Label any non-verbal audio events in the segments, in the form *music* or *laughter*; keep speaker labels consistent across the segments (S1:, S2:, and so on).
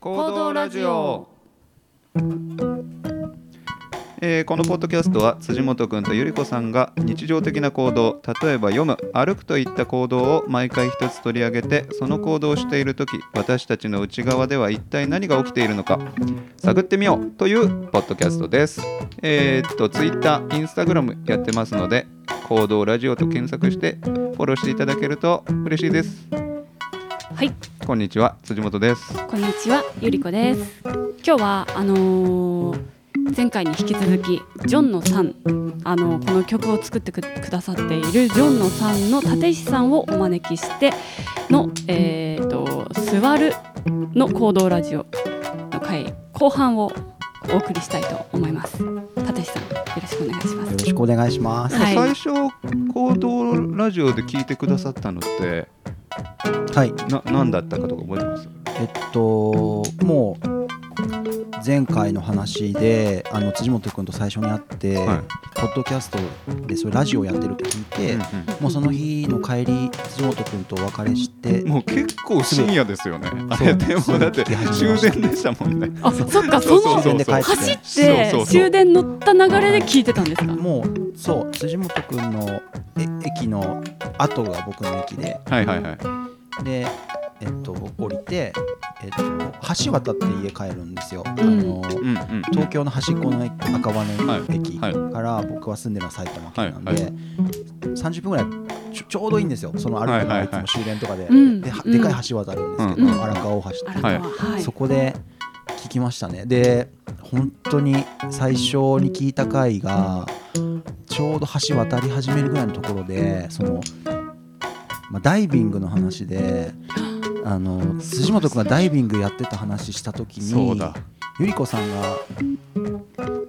S1: 行動ラジオ。えーこのポッドキャストは辻元くんとゆり子さんが日常的な行動例えば読む歩くといった行動を毎回一つ取り上げてその行動をしている時私たちの内側では一体何が起きているのか探ってみようというポッドキャストですえーっと Twitter、Instagram やってますので行動ラジオと検索してフォローしていただけると嬉しいです
S2: はい、
S1: こんにちは辻元です
S2: こんにちは、ゆりこです。今日はあのー前回に引き続きジョンのさん、あのーこの曲を作ってくくださっているジョンのさんの立石さんをお招きしてのえっ、と座るの行動ラジオの回後半をお送りしたいと思います。立石さん、よろしくお願いしま
S3: よ
S2: す。
S3: ろしくお願いします。
S2: はい
S1: 最初行動ラジオで聞いてくださったのって
S3: はい、
S1: な何だったかとか覚えてます
S3: えっと、もう。前回の話で、あの辻元君と最初に会って、
S1: はい
S3: ポッドキャストで、それラジオやってるって聞いて。
S1: う
S3: もうその日の帰り、辻元君とお別れして
S1: ん。もう結構深夜ですよねあ
S3: そう
S1: れでもだって
S3: そう聞き始め
S1: 終
S3: ました
S1: 電でしたもんね
S2: あ、そっか、そ
S1: そう
S2: の
S1: そうそう
S3: 終電で帰
S1: そう
S3: って
S2: 走っ
S1: そうそう
S2: て
S1: そう
S2: 終電乗った流れで聞いてたんですか。
S3: もう、そう、辻元君の、え、駅の後が僕の駅で、
S1: はいはいはい
S3: で。えっと、降りて、えっと、橋渡って家帰るんですよ。
S2: ん
S3: あの
S1: うんうん
S3: 東京の端っこの駅赤羽の駅
S1: はい
S3: から僕は住んでるのは埼玉県なんで、
S1: はいは
S3: 30分ぐらいちょちょうどいいんですよその歩くの
S1: はいはいは
S3: が
S1: い
S3: いつも終電とかで、
S2: うん
S3: では
S2: うん
S3: でかい橋渡るんですけど、
S2: うん
S3: 荒川大橋って
S2: あ
S3: い
S2: ら
S3: う、
S2: かは、
S1: は
S2: はい
S3: そこで聞きましたねで本当に最初に聞いた回がちょうど橋渡り始めるぐらいのところでその、まあ、ダイビングの話で。あの辻本君がダイビングやってた話した時に
S1: そうだ
S3: ゆり子さんが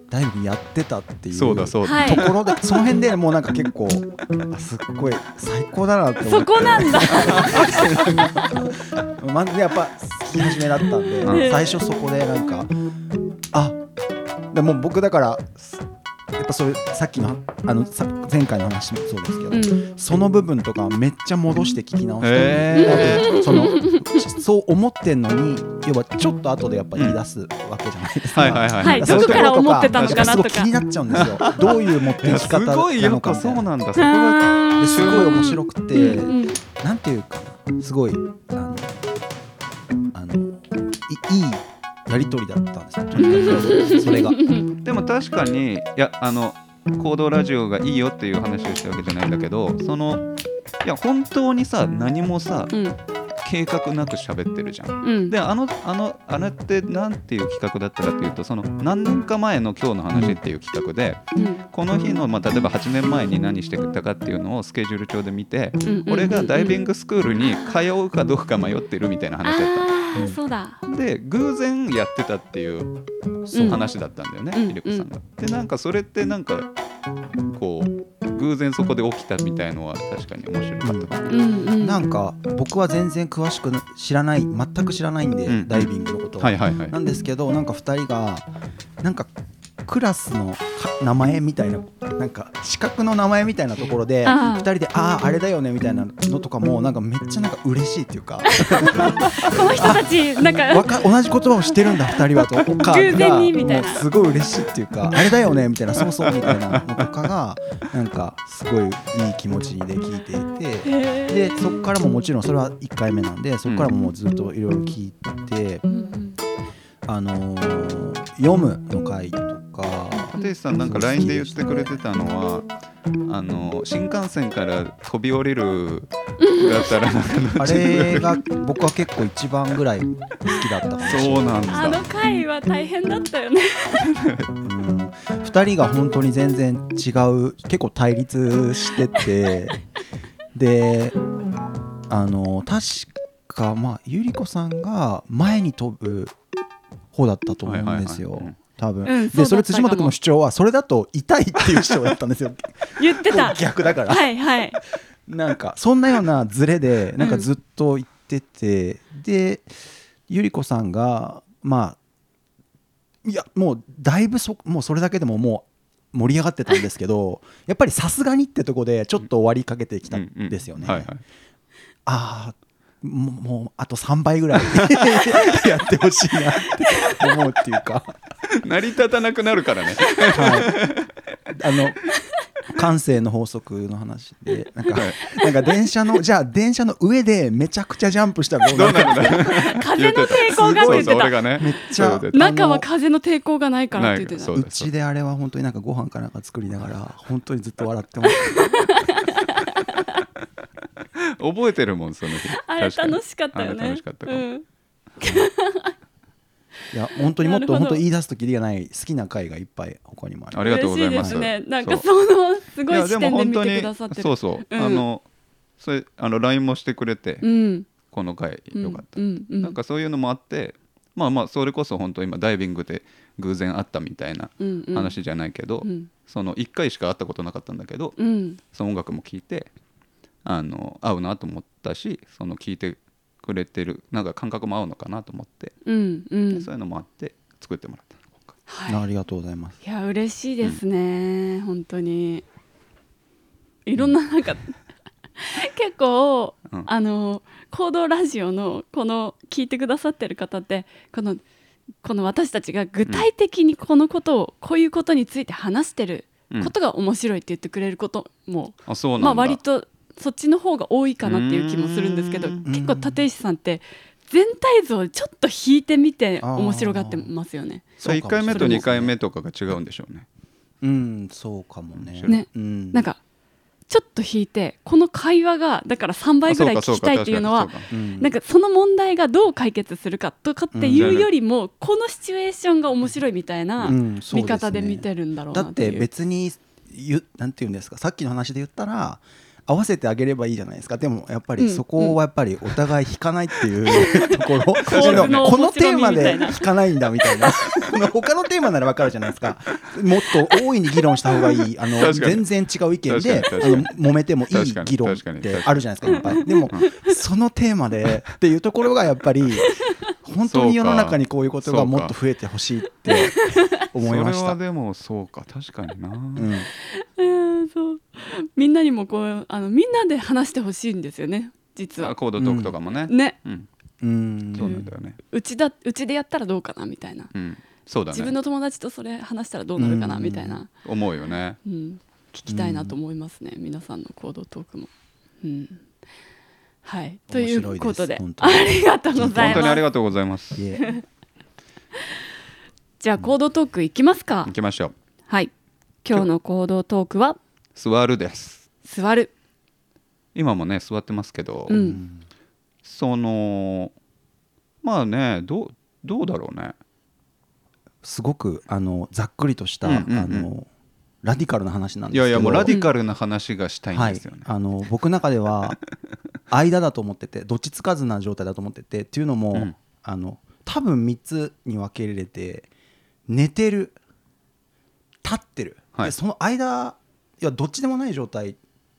S3: ダイビングやってたっていう
S1: そうだそうだ
S2: はい
S3: ところでその辺でもうなんか結構あすっごい最高だなって思
S2: そ
S3: っ
S2: こなんだ。
S3: て *laughs* まずやっぱ聞き始めだったんで、
S1: うん
S3: 最初そこでなんかあでもう僕だからやっぱそれさっきのあのさ前回の話もそうですけど、
S2: うん
S3: その部分とかめっちゃ戻して聞き直して、
S1: へ
S3: そのそう思ってんのに要はちょっと後でやっぱ言い出すわけじゃないですか。
S1: はいはいはい
S2: はい
S3: そういう
S2: どこから思ってた
S1: のか
S2: なとか
S3: やっぱすごい気になっちゃうん
S1: *laughs*
S3: ですよ。どういう持って
S1: い
S3: い
S1: や
S3: き
S1: す
S3: 方な
S1: ごいやっ
S3: のか
S1: ぱ
S3: み
S1: そ
S3: た
S1: う
S3: い
S1: な
S3: な。
S1: んだそこが
S2: あー
S3: ですごい面白くて、
S2: うんうん
S3: なんていうかなすごいあのあのいいいやりとりだったんですよとにかく。それが
S1: でも確かにいやあの行動ラジオがいいよっていう話をしたわけじゃないんだけどそのいや本当にさ何もさ
S2: うん
S1: 計画なく喋ってるじゃん
S2: うん
S1: であのあのあれってなんていう企画だったかというとその何年か前の「今日の話」っていう企画で
S2: うん
S1: この日の、まあ、例えば8年前に何してたかっていうのをスケジュール帳で見て
S2: うん
S1: 俺がダイビ
S2: グ
S1: ングスクールに通うかどうか迷ってるみたいな話だっ
S2: あ
S3: う
S2: あ
S3: ん
S2: そうだ
S1: たで偶然やってたっていう
S3: そう
S2: うん
S1: 話だったんだよね
S2: うん
S1: ひりこさんが。でなんかそれってなんかこう偶然そこで起きたみたいのは確かに面白かったかも
S2: うんうん
S3: なんか僕は全然詳しくな知らない全く知らないんで、
S1: うん
S3: ダイビングのことを、
S1: はいはいはい
S3: なんですけどなんか2人がなんかクラスのか名前みたいななんか資格の名前みたいなところで
S2: ああ
S3: 2人で「あああれだよね」みたいなのとかもなんかめっちゃなんか嬉しいっていうか
S2: この人たちなん
S3: わ
S2: か
S3: か同じ言葉をしてるんだ2人はとかが
S2: 偶然にみたいな
S3: もうすごい嬉しいっていうか「あれだよね」みたいな「そうそう」みたいなのとかがなんかすごいいい気持ちで聞いていて。
S2: へ
S3: で
S2: ー
S3: そこからももちろんそれは1回目なんでそこからももうずっといろいろ聞いて、
S2: うん
S3: あのー読むの回とか
S1: *laughs* 立石さんなんか LINE で言ってくれてたのはあの新幹線から飛び降りるだったら
S3: あれが僕は結構一番ぐらい好きだったかもしれない
S1: そうなん
S2: あの
S1: だ
S2: 回は大変だったよね
S3: うん、2人が本当に全然違う結構対立し
S1: *laughs*
S3: ててであの確かまあゆり子さんが前に飛ぶ方だったと思うんですよ、
S1: はいはいはい
S3: 多分、
S2: うんそうだったかも
S3: でそれ辻元君の主張はそれだと痛いっていう主張だった
S2: *laughs*
S3: んですよ
S2: 言ってた
S3: 逆だから
S2: はいはい
S3: なんかそんなようなズレでなんかずっと言ってて、でゆり子さんがまあいやもうだいぶそもうそれだけでももう盛り上がってたんですけど *laughs* やっぱりさすがにってとこでちょっと終わりかけてきたんですよね。
S1: うんうんはいはい
S3: ああもうもうあと3倍ぐらい *laughs* やってほしいなって思うっていうか、
S1: 成り立たなくなる
S3: *laughs*
S1: からね
S3: はい、あの感性の法則の話でなんかなんか電車のじゃあ電車の上でめちゃくちゃジャンプしたらどう
S1: どう
S3: なる
S1: なるんだ
S2: 風の抵抗がって
S1: そ
S2: 言
S1: うそ
S2: っ
S1: う
S2: て
S1: 俺
S2: た
S1: がね
S3: めっちゃ
S1: そうそう
S2: 中は風の抵抗がないからって言って
S1: そ
S2: た
S1: う
S3: う
S1: だ
S3: ちであれは本当になんかご飯かなんか作りながら本当にずっと笑ってます
S2: *laughs*
S1: 覚えてるもんその日
S2: あれ
S1: 確かに
S2: 楽しかったよ
S1: あれ
S2: ね
S1: 楽しかったかも
S2: うん
S3: いや本当にも
S2: な
S3: っ
S2: る
S3: と
S2: ほど
S3: 本当言い出すときりがない好きな回がいっぱい他にもある
S1: ありがとうございます
S2: 嬉しいですねなん
S1: そ
S2: か
S1: う
S2: そのすごい
S1: や
S2: 視
S1: でも本
S2: 点で見
S1: 当
S2: て
S1: に
S2: くださってる
S1: そうそう、
S2: うん
S1: あのそれあの LINE もしてくれて、
S2: うん
S1: この回
S2: うん
S1: よかった、
S2: うんうん
S1: なんかそういうのもあってまあまあそれこそ本当今ダイビングで偶然会ったみたいな
S2: うんうん
S1: 話じゃないけど、
S2: うん
S1: その1回しか会ったことなかったんだけど、
S2: うん
S1: その音楽も聴いてあの合うなと思ったしその聴いてくれてるなんか感覚も合うのかなと思って、
S2: うんう
S1: で
S2: ん
S1: そういうのもあって作ってもらった今回
S2: はい
S3: ありがとうございます
S2: いや嬉しいですね、本当にいろんななんか *laughs* 結構、
S1: うん
S2: あの行動ラジオのこの聞いてくださってる方ってこのこの私たちが具体的にこのことを、こういうことについて話してる
S1: うん
S2: ことが面白いって言ってくれることも、
S1: あそうなんだ、
S2: まあ割とそっちの方が多いかなっていう気もするんですけど
S1: うーん
S2: 結構立石さんって全体像をちょっと引いてみて
S3: あー
S2: 面白がってますよね。
S1: そう1回目と
S2: そうかもしれない
S1: 2回目とかが違うんでしょうね
S3: うんそうかもね
S2: ね
S3: うん、
S2: なん、かちょっと引いてこの会話がだから3倍ぐらい
S1: あそ
S2: 聞
S1: う
S2: き
S1: かそう
S2: たい
S1: か
S2: っていうのは
S1: 確かに
S3: う
S1: そ
S3: ん、
S2: なんかその問題がどう解決するかとかっていうよりもこのシチュエーションが面白いみたいな
S3: うんそうですね
S2: 見方で見てるんだろう
S3: だ
S2: な
S3: っ
S2: って
S3: て
S2: いう。
S3: 別にゆなんていうんですかさっきの話で言ったら合わせてあげればいいじゃないですかでもやっぱ
S2: う
S3: り
S2: ん
S3: そこはやっぱりお互い引かないっていう
S2: *laughs*
S3: ところ
S2: 構図の
S3: この
S2: 面白
S3: テ
S2: み
S3: ー
S2: みた
S3: マ
S2: いな
S3: で引かないんだみたいなこの他のテーマならわかるじゃないですかもっと大いに議論した方がいいあの
S1: 確か
S3: 全
S1: に
S3: 然違う意見
S1: 確
S3: で
S1: か
S3: あ
S1: に確
S3: の
S1: か
S3: 揉めてもい
S1: 確
S3: い
S1: かに
S3: 議論っ
S1: 確かに確か
S3: て
S1: に
S3: あるじゃないですかいっぱいでもそのテーマでっていうところがやっぱり本当に世の中にこういうことがもっと増えてほしいって思いまし
S1: それ
S3: た
S1: は。でもそうか確かにな、
S3: うん
S2: うんそうみんなにもこうあのみんなで話してほしいんですよね実
S1: あ
S2: は。
S1: コードトークとかもね、
S2: ね
S1: うん
S3: うん
S1: そうなんだよね、
S2: うちだうちでやったらどうかなみたいな、
S1: うん、そうだ
S2: 自分
S1: ね
S2: の友達とそれ話したらどうなるかなみたいな、
S1: 思うよね
S2: うん、聞きたいなと思いますね、皆さんの行動トークも。うん、はいとい
S3: 面白いです
S2: うことで
S3: 本当
S2: あ
S3: に
S2: りがとうござ
S1: 本
S2: い
S1: 当にあり
S2: ます。
S1: がとうございます
S3: いえ
S2: じゃあ行動トークいきますか
S1: 行。きましょう
S2: はい今日の行動トークは
S1: 座るです
S2: 座る。
S1: 今もね座ってますけど、
S2: うん
S1: そのまあねどうどうだろうね
S3: すごくあのざっくりとした、
S1: うんうんうん
S3: あのラディカルな話なん
S1: い
S3: ですけど
S1: やいやもうラディカルな話がしたいん
S3: は
S1: で
S3: い
S1: すよね、
S3: あの僕の中
S1: *laughs*
S3: では間だと思っててどっちつかずな状態だと思っててっていうのも、
S1: うん
S3: あの多分3つに分けられて寝てる立ってる、
S1: はい
S3: でその間いやどっちでもない状態っ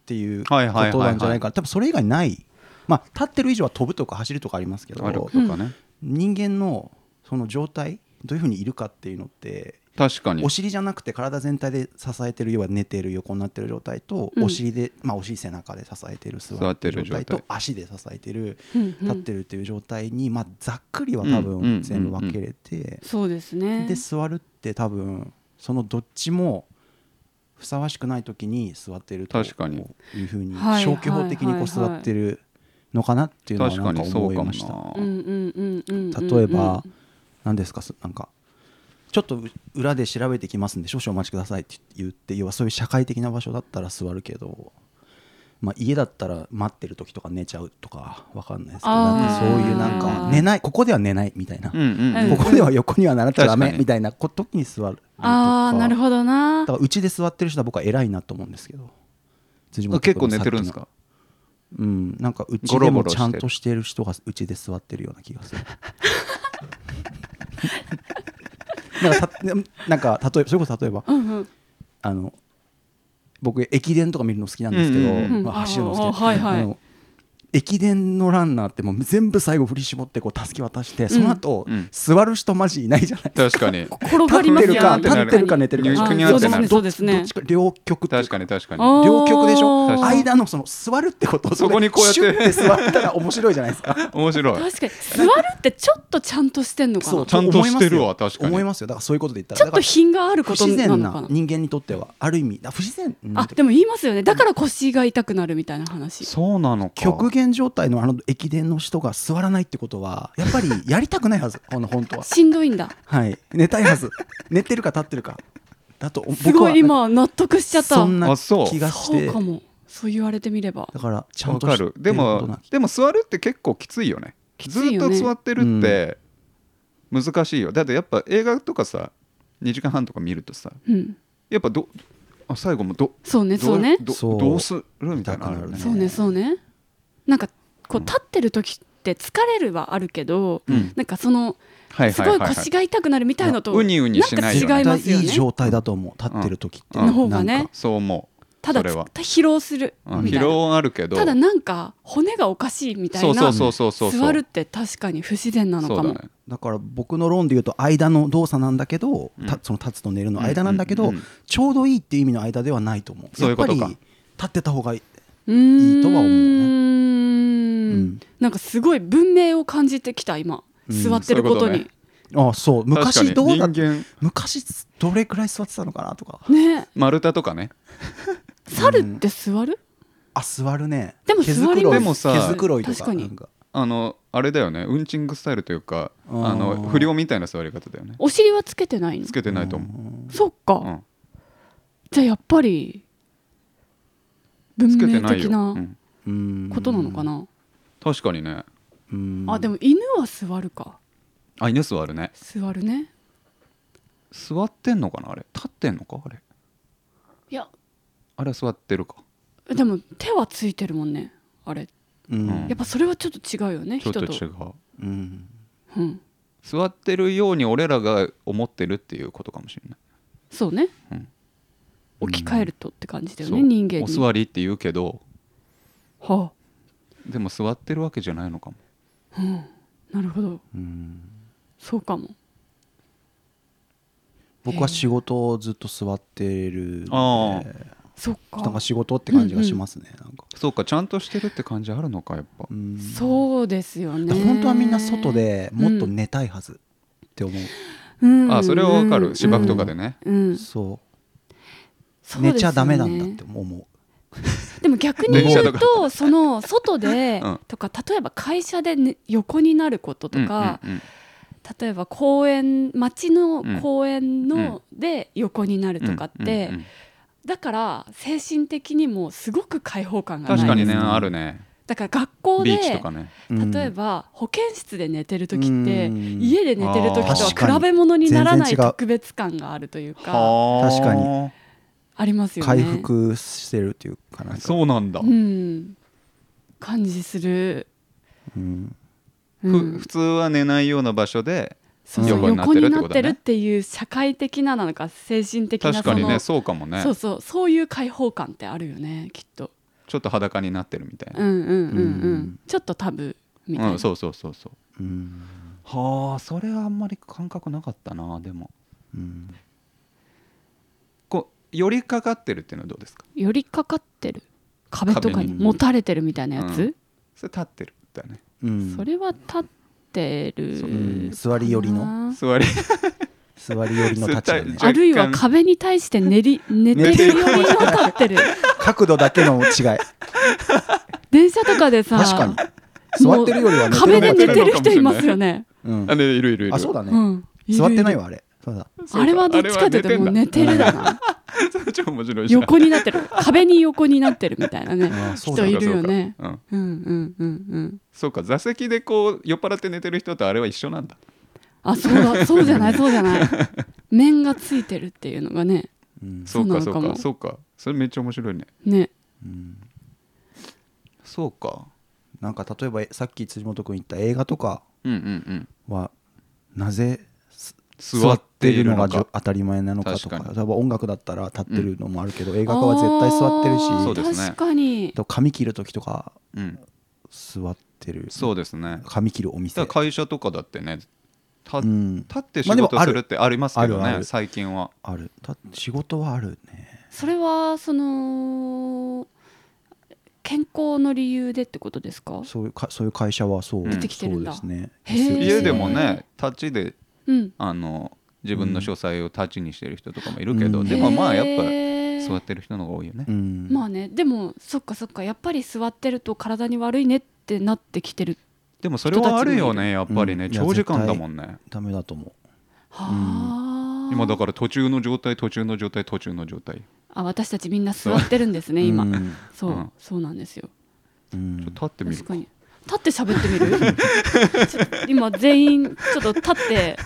S3: ていうこと
S1: はい
S3: な
S1: はいはいはい
S3: んじゃないかな多分それ以外ない、まあ、立ってる以上は飛ぶとか走るとかありますけど
S1: あるとかね、
S3: 人間のその状態どういうふうにいるかっていうのって
S1: 確かに
S3: お尻じゃなくて体全体で支えてる要は寝てる横になってる状態と、
S2: うん
S3: お尻で、まあ、お尻背中で支えてる座って
S1: 座ってる
S3: る状態
S1: 状態
S3: と足で支えてる
S2: うんうん
S3: 立ってるっていう状態に、まあ、ざっくりは多
S1: うんうん
S3: 分全部分けれて、
S2: そうですね
S3: で。座るって多分そのどっちもふさわしくない時に座ってると
S1: 確かに
S3: こういうふうに
S2: はい
S3: 消去法的にこう座ってるのかなっていうのは
S1: 確
S3: な
S1: か
S3: んか
S1: にそ
S3: 思
S1: う
S3: い
S1: かも
S3: ました。
S1: な、
S2: うんうんうんうんうんうん
S3: 例えば、何ですかすなんかちょっとう裏で調べてきますんで少々お待ちくださいって言って要はそういう社会的な場所だったら座るけど、まあ、家だったら待ってる時とか寝ちゃうとかわかんないですけど
S2: あー
S3: なんかそういうなんか寝ないここでは寝ないみたいな、
S1: うんうん
S2: うん
S1: うん
S3: ここでは横にはならっちゃダ
S1: 確か
S3: メ
S1: に
S3: みたいなこ時に座るとか
S2: ああなるほどな
S3: だか。らうちで座ってる人は僕は偉いなと思うんですけど辻
S1: あ
S3: 本君
S1: 結構寝てるんです
S3: さっ
S1: か
S3: きのうんなんかうち
S1: ゴロ
S3: で
S1: ゴ
S3: も
S1: ロして
S3: ち
S1: る
S3: ゃんとしてる人がうちで座ってるような気がする *laughs* なんかたなんか例えばそれこそ例えば
S2: うんうん
S3: あの僕駅伝とか見るの好きなんですけど、
S1: うんうん
S2: うん
S3: まあ、走るの好きで、
S2: あーはいはい
S3: あの駅伝のランナーってもう全部最後振り絞ってこう助け渡して、その後、
S1: うん
S3: 座る人マジいないじゃない
S1: 確かに
S2: 転がりますよ
S1: 立ってるか
S2: ね
S1: 立ってる
S3: か寝てるか
S2: あ
S1: 入
S2: そ
S1: 手
S2: う
S1: に
S2: で
S1: な
S2: す
S1: る
S2: ねそうですね
S3: どっちか両極っていう
S1: 確かに確かに
S2: あー
S3: 両極でしょ
S1: 確かに
S3: 間のその座るってこと
S1: そこにこうやって
S3: シュッて座ったら面白いじゃな
S1: *laughs*
S3: いですか
S1: 面白い
S2: 確かに座るってちょっとちゃんとしてんのか
S3: そ
S2: な
S3: う
S1: ちゃんとしてるわ確かに
S3: 思いますよだからそういうことで言ったら
S2: ちょっと
S3: だか
S2: 品がある
S3: ら不
S2: こと
S3: 自
S2: な
S3: 然
S2: のか
S3: な
S2: な
S3: 人間にとってはある意味だ不自然
S2: あでも言いますよねだから腰が痛くなるみたいな話
S1: そうなのか
S3: 極限状態のあの駅伝の人が座らないってことはやっぱりやりたくないはず *laughs* この本当は
S2: しんどいんだ
S3: はい寝たいはず寝てるか立ってるかだと僕は
S2: すごい今納得しちゃった
S3: そんな
S1: あそう
S3: 気がし
S2: そう
S3: て
S2: かもそう言われてみれば
S3: だからちゃん
S1: わ
S3: と知
S1: か
S3: って
S1: る
S3: こと
S1: でも
S3: な
S1: でも座るって結構きついよね
S2: ついよね
S1: ずっと座ってるって難しいよ、だってやっぱ映画とかさ2時間半とか見るとさ
S2: うん
S1: やっぱどあ最後もど
S2: そうねそうね
S1: ど
S3: そう
S1: どうするみたいなのあるよね
S3: だか
S2: そうねそうねなんかこう立ってる時って疲れるはあるけど、
S1: うん
S2: なんかその
S1: はい
S2: す
S1: はいは
S2: ご
S1: い
S2: い
S1: はい
S2: 腰が痛くなるみたいのと
S1: うにうにしないよね
S2: んか違いますよ
S3: いい
S2: ね
S3: 状態だと思う立ってる時って
S1: うん
S2: の方がね
S3: なんか
S1: そう思う
S2: ただ
S1: それ
S2: つ
S1: は
S2: 疲労する
S1: うん
S2: みた
S1: 疲
S2: いな
S1: 労はあるけど
S2: ただなんか骨がおかしいみた
S1: そ
S2: いう
S1: そ
S2: な
S1: うそうそうそう
S2: 座るって確かに不自然なの
S1: そう
S2: か
S1: だ
S2: も、
S1: ね
S3: だから僕の論で言うと間の動作なんだけど、
S1: うん
S3: たその立つと寝るの間なんだけど、
S1: うんうんうんうん
S3: ちょうどいいっていう意味の間ではないと思う
S1: そういうことか
S3: やっぱり立ってた方がいい、
S2: うーん
S3: いいとは思うね
S2: うんなんかすごい文明を感じてきた今
S3: うん
S2: 座ってること
S1: そうい
S2: に
S1: うこ
S3: ああそう昔
S1: 確
S3: ど
S1: か
S3: う
S1: に
S3: だ
S1: 人間
S3: 昔どれくらい座ってたのかなとか
S2: ね
S1: 丸太とかね
S2: 猿って座る、
S3: あ座るね
S2: でも
S3: 毛づくろ
S2: 座
S3: い
S2: ります
S1: でもさ
S3: 毛づくろいとか
S2: 確かに
S3: なんか
S1: あのあれだよねうんちんぐスタイルというか
S3: あー
S1: あの不良みたいな座り方だよね
S2: お尻はつけてないの
S1: つけてないと思
S3: うん
S2: そっか、
S1: う、うん、
S2: じゃあやっぱり文
S1: つけて
S2: 明
S1: ない
S2: 的
S1: よ、
S2: な
S1: うん
S3: うん
S2: ことなのかな、
S1: 確かにね
S3: うん
S2: あでも犬は座るか
S1: あ犬座るね
S2: 座るね
S1: 座ってんのかなあれ立ってんのかあれ
S2: いや
S1: あれは座ってるか
S2: でも手はついてるもんねあれ
S3: うん
S1: うん
S2: やっぱそれはちょっと違うよね
S1: ちょっ
S2: 人
S1: と
S2: と
S1: 違う
S3: うん
S2: うん、
S1: 座ってるように俺らが思ってるっていうことかもしれない
S2: そうね、
S1: うん
S2: 置き換えるとって感じだよ
S1: そ
S2: ね、
S1: う
S2: 人間に
S1: お座りって言うけど
S2: は
S1: でも座ってるわけじゃないのかも
S2: あなるほど
S3: うん
S2: そうかも
S3: 僕は仕事をずっと座ってる
S1: あ
S3: ので
S2: そっか
S3: なんか仕事って感じがしますね、なんか
S1: そうかちゃんとしてるって感じあるのかやっぱ
S3: うん
S2: そうですよね
S3: 本当はみんな外、でもっと寝たいはずって思う、
S2: うん
S1: あそれはわかる芝生とか
S2: で、
S1: でね
S2: うん
S3: そ
S2: そううですよね
S3: 寝ちゃダメなんだって思う
S2: でも逆に言
S1: 電
S2: う
S1: 車
S2: とその外で、
S1: うん
S2: とか例えば会社で、ね、横になることとか、
S1: うんうんうん
S2: 例えば公園町の公園の、で横になるとかっ
S1: う
S2: て、
S1: んうんうん
S2: だから精神的にもすごく解放感がない
S1: 確かにね
S3: ないですね
S1: あるね
S2: だから学校
S1: ビーチと
S2: で
S1: かね
S2: 例えば保健室で寝てる時って
S3: うん
S2: 家で寝てる時
S1: あー
S2: とは比べ物にならない
S3: 全然違う
S2: 特別感があるというか
S1: はあ
S3: 確かに
S2: ありますよね
S3: 回復してるっていうかなんか
S1: そうなんだ、
S2: うん感じする、
S3: うん
S2: う
S1: ふ
S2: ん
S1: 普通は寝ないような場所で
S2: そうそう
S1: 横になっ
S2: 横
S1: てる
S2: に
S1: って
S2: な
S1: こ
S2: っ
S1: とだね
S2: てるっていう社会的ななのか精神的な
S1: 確か
S2: そ
S1: にね
S2: の
S1: そうかもね
S2: そうそうそういう解放感ってあるよねきっと
S1: ちょっと裸になってるみたい
S2: うん
S1: な、
S2: うんうんう
S3: うんん
S2: ちょっとタブーみたい
S1: うん
S2: な
S1: そうそうそうそう
S3: うん
S1: はあそれはあんまり感覚なかったなでも
S3: うん
S1: こう寄りかかってるっていうのはどうですか
S2: 寄りかかってる壁とか
S1: 壁
S2: に
S1: に
S2: もたれてるみたいなやつ、
S1: それ立ってるだね
S3: うん
S2: それは立ってる
S1: そう
S3: うん座り寄りの
S2: かな
S1: 座り
S3: 座り寄りの立場ね
S1: 絶対
S2: あるいは壁に対して寝
S3: *laughs*
S2: り寝てるよりの立ってる
S3: 角度だけの
S2: *laughs*
S3: 違い
S2: 電車とかでさ
S3: 確かに座ってるよりは
S2: もう
S3: 寝
S2: 壁で
S3: てる
S2: 寝て
S3: 方が
S2: る人いますよね、
S3: うん
S1: あねいるいるいる
S3: あそうだ
S2: う
S3: ね
S2: ん、る
S3: 座ってないわあれそうだ
S1: そうか
S2: あれはどっちかというともう寝てるだな
S1: それ超面白いじゃん
S2: 横になってる壁に横になってるみたいなね
S3: あそう
S2: 人
S3: だ
S2: いるよね
S1: うん
S2: うんうんうんうん
S1: そうか座席でこう酔っ払って寝てる人とあれは一緒なんだ
S2: あそうだそうじゃないそうじゃない面がついてるっていうのがね
S3: うん
S1: そうかそ
S2: そう
S1: う
S2: な
S1: か
S2: のかも
S1: そうかそれめっちゃ面白いね
S2: ね
S3: うん
S1: そうか
S3: なんか例えばさっき辻元君言った映画とか
S1: うんうんうん
S3: はなぜ
S1: 座っているの
S3: 座ってい
S1: が
S3: る当たり前なのかとか
S1: 確か
S3: 例えば音楽だったら立ってるのもあるけど、映画化は絶対座ってる
S2: あー
S1: そう
S3: し
S1: ですね
S2: 確かに
S3: と髪切る時とか
S1: うん
S3: 座ってる
S1: そうですね
S3: 髪切るお店
S1: だから会社とかだってねた
S3: う
S1: 立
S3: ん、
S1: って仕
S3: まあでも
S1: 事
S3: あ
S1: す
S3: る
S1: るってありますけどね、
S3: あるある
S1: 最近は
S3: あるた仕事はあるね
S2: それはその健康の理由でってことですか
S3: そういうかそういう会社はそう
S1: 出
S2: てきてるんだ
S3: そうですね
S2: へー
S1: 家でもね立ちで
S2: うん
S1: あの自分の書斎を立ちにしてる人とかもいるけど、
S3: うん
S1: でもまあやっぱ座
S2: ぱ
S1: ってる人の方が多いよね、
S3: うん
S2: まあねでもそっかそっかやっぱり座ってると体に悪いねってなってきてる
S1: でもそれはあるよねやっ
S3: たちも
S1: ぱりね、
S3: うん
S1: 長時間だもんね
S3: ダメだと思
S2: はあ、
S1: 今だから途中の状態途中の状態途中の状態
S2: あ私たちみんな座ってるんです
S3: う
S2: ね今、
S3: うん
S2: そう、
S1: うん
S2: そうなんですよ
S3: うん
S1: 立ってみるか
S2: 確かに立って喋ってみ
S1: *laughs*
S2: るちょっと今全員ちょっと立って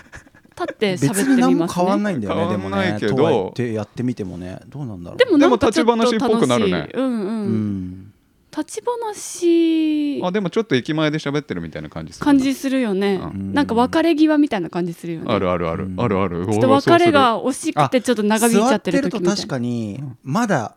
S2: 立って
S3: 別
S2: 喋って
S3: に
S2: み
S3: 何も
S2: ます
S3: 変わん
S2: ね
S3: ないんだよねでも
S1: 変わんな
S3: ね
S1: いけど
S3: とはいってやってみてもねどうなんだろう
S2: でもなんかち
S1: で
S2: ょっと
S1: も
S2: 楽し
S1: 立ち話っぽくなる
S2: い、
S1: ね
S2: うんうん、
S3: うん
S2: 立ち話
S1: あでもちょっと駅前で喋ってるみたいな感じする
S2: 感じするよね、
S1: うん
S2: なんか別れ際みたいな感じするよね
S1: あるあるある、
S3: うん
S1: あるある
S2: ちょっと別れが惜しくてちょっと長引いちゃってる時
S3: 座
S2: み
S3: って
S2: た
S3: ると
S2: い
S3: 確
S2: な
S3: かにまだ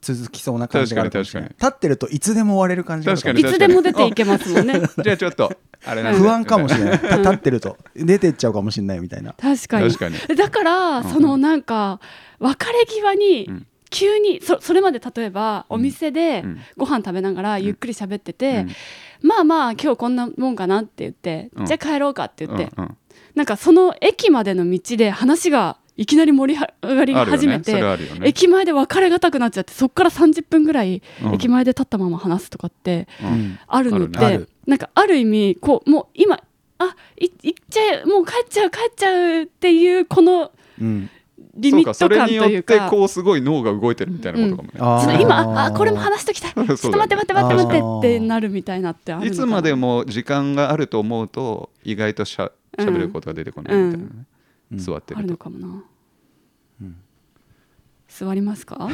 S3: 続きそうな感じがあるかもしれない立ってるといつでも終われる感じがあるかも
S1: 確
S2: い
S1: かに
S2: つでも出ていけますもんね
S1: じゃあちょっとあれなんで
S3: 不安かもしれないた立ってると出てっちゃうかもしれないみたいな
S2: 確かに
S1: 確かに
S2: だから、
S1: ん
S2: そのなんか別れ際に
S1: うん
S2: 急にそそれまで例えばお店で
S1: うん
S2: ご飯食べながらゆっくり喋ってて、
S1: うん
S2: まあまあ今日こんなもんかなって言って、
S1: うん
S2: じゃあ帰ろうかって言って、
S1: うんうん
S2: なんかその駅までの道で話がいきなり盛り上がり
S1: あるよ
S2: 始め
S1: ねそ
S2: て、
S1: れはあるよね
S2: 駅前で別れがたくなっちゃってそっから30分ぐらい
S1: うん
S2: 駅前で立ったまま話すとかって
S1: うん
S2: あるので、
S1: あ
S3: るねある
S2: なんかある意味こうもう今あい行っちゃえもう帰っちゃう帰っちゃうっていうこの
S3: うん
S2: リ
S1: そ
S2: ミ
S1: う
S2: ッ
S1: か
S2: ト
S1: それ
S2: 感と
S1: によ
S2: い
S1: っ
S2: うか
S1: てこうすごい脳が動いてるみたいなことかもね、
S3: あー
S2: ちょっと今ああこれも話しときたいちょっと
S1: *laughs* そうだ
S2: 待っ
S1: ね
S2: て待って待って待
S3: あー
S2: ってってなるみたいなってあるの
S1: い
S2: かな
S1: つまでも時間があると思うと意外としゃ喋ることが出てこないみたいなね、
S3: うん
S1: 座って
S2: あ
S1: る
S2: る
S1: と
S2: のかもな、
S3: ん
S2: 座りますか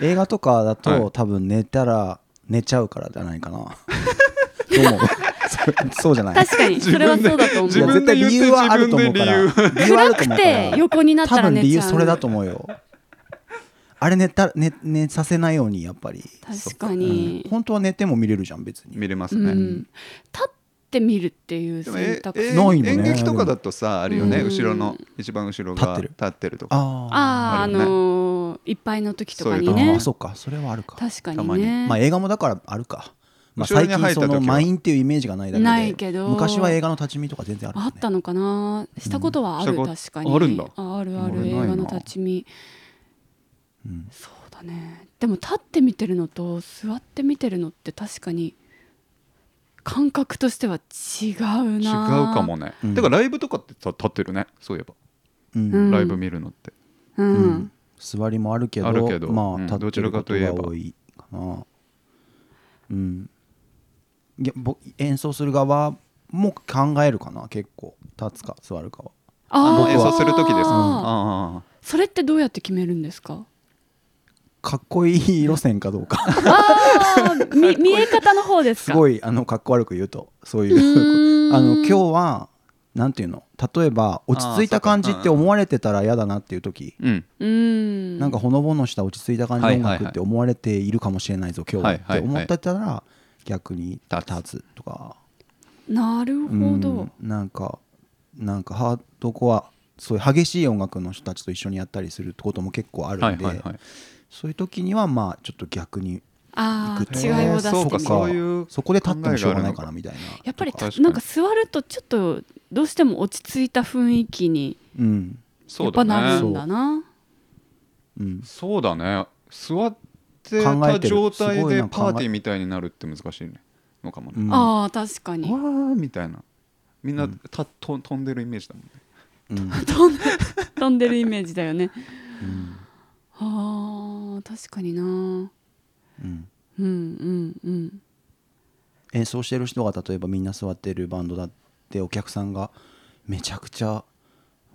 S3: 映画とかだと、
S1: はい
S3: 多分寝たら寝ちゃうからじゃないかなどう思う *laughs* そそうじゃない
S2: 確かにそれはそうだと思
S1: 自
S2: う
S1: 分で
S3: いや絶対理由はあると思うから
S1: 自
S3: 理由はある
S2: 暗く
S3: と思うから
S2: て横になった
S3: 多
S2: ら
S3: 分
S2: 寝
S3: 理
S2: ち
S3: 由
S2: ゃう
S3: それだと思うよあれ寝た寝寝させないようにやっぱり
S2: 確かに
S3: 本当は寝ても見れるじゃん別に
S1: 見れます
S2: う
S1: ね、
S2: ん、立ってみるっていう
S1: でも
S2: 選
S1: え
S2: 択
S1: え
S2: 肢、
S3: ないのね
S1: 演劇とかだとさあるよね、
S2: うん
S1: 後ろの一番後ろが
S3: 立ってる
S1: 立ってるとか
S3: あ
S2: ああ、
S1: あ
S2: あ
S1: るね
S2: のーいっぱいの時とか
S1: い
S2: に
S1: い
S2: ね
S3: あーそっかそれはあるか
S2: 確か
S1: た
S2: に
S1: まに
S2: ね
S3: まあ映画もだからあるか、まあ、
S1: 後ろ
S3: 最
S1: に入
S3: 近
S1: った
S3: そ
S1: 時は
S3: の満員っていうイメージがないだけで
S2: ないけど
S3: 昔は映画の立ち見とか全然あるもん
S2: あ
S3: ね
S2: ったのかなしたことはある、
S1: うん
S2: 確かに
S1: あるんだ
S2: ああるある
S3: 俺
S2: 映
S3: ないな
S2: 画の立ち見
S3: うん
S2: そうだねでも立って見てるのと座って見てるのって確かに感覚としては違うな
S1: 違うかもね、
S3: うん
S1: だからライブとかってさ立ってるねそういえば、
S3: うん
S2: うん
S1: ライブ見るのって
S2: うん、
S3: うん座りもあるけど
S1: あるけどう
S3: まあ
S1: ん
S3: 立ってることが多いかなうんいや僕演奏する側も考えるかな結構立つか座るかは
S1: あの
S2: ー
S1: 演奏する時です、
S2: あ
S1: あ
S2: ーそれってどうやって決めるんですか
S3: かっこいい路線かどうか
S2: あ
S3: *laughs*
S2: あ見見え方の方です
S3: す
S2: か
S3: ごいあのかっこ悪く言うとそういう
S2: うーん
S3: あの今日はなんていうの例えば落ち着いた感じって思われてたら嫌だなっていう時
S1: あうん
S2: うん
S3: なんかほのぼのした落ち着いた感じの音楽って思われているかもしれないぞ今日は
S1: はい
S3: っ
S1: はいはい
S3: て思ってたら逆に立つとか
S2: なるほど、
S3: うんなんかなんかハードコアそういう激しい音楽の人たちと一緒にやったりすることも結構あ
S1: は
S3: る
S1: い
S3: んで、
S1: はいはい
S3: そういう時にはまあちょっと逆に
S2: あ
S3: 行く
S2: あ
S3: と
S2: 違いを出して
S1: そ
S2: み
S1: うか
S2: る
S1: そういう
S3: そこで立ってもしょうがないかなみたいな、
S2: やっぱりた
S1: 確かに
S2: なんか座るとちょっとどうしても落ち着いた雰囲気に
S3: うん
S2: や
S1: そ
S2: っ
S1: う
S2: ぱ
S1: だ
S2: な
S1: ね
S2: るんだな。
S3: うん、
S1: そうだね座って
S3: 考え
S1: た
S3: てる
S1: 状態
S3: すごい
S1: で
S3: なんか考
S1: パ
S3: え
S1: ーティーみたいになるって難しいのかも
S3: う
S1: ね、
S3: ん
S2: ああ確かに。
S1: わーみたいなみんなたと飛んでるイメージだもんね
S3: うん
S2: 飛んで *laughs* 飛んでるイメージだよね。
S3: うん
S2: ああ確かにな。
S3: うん
S2: うんうんうん。
S3: 演奏してる人が例えばみんな座ってるバンドだってお客さんがめちゃくちゃ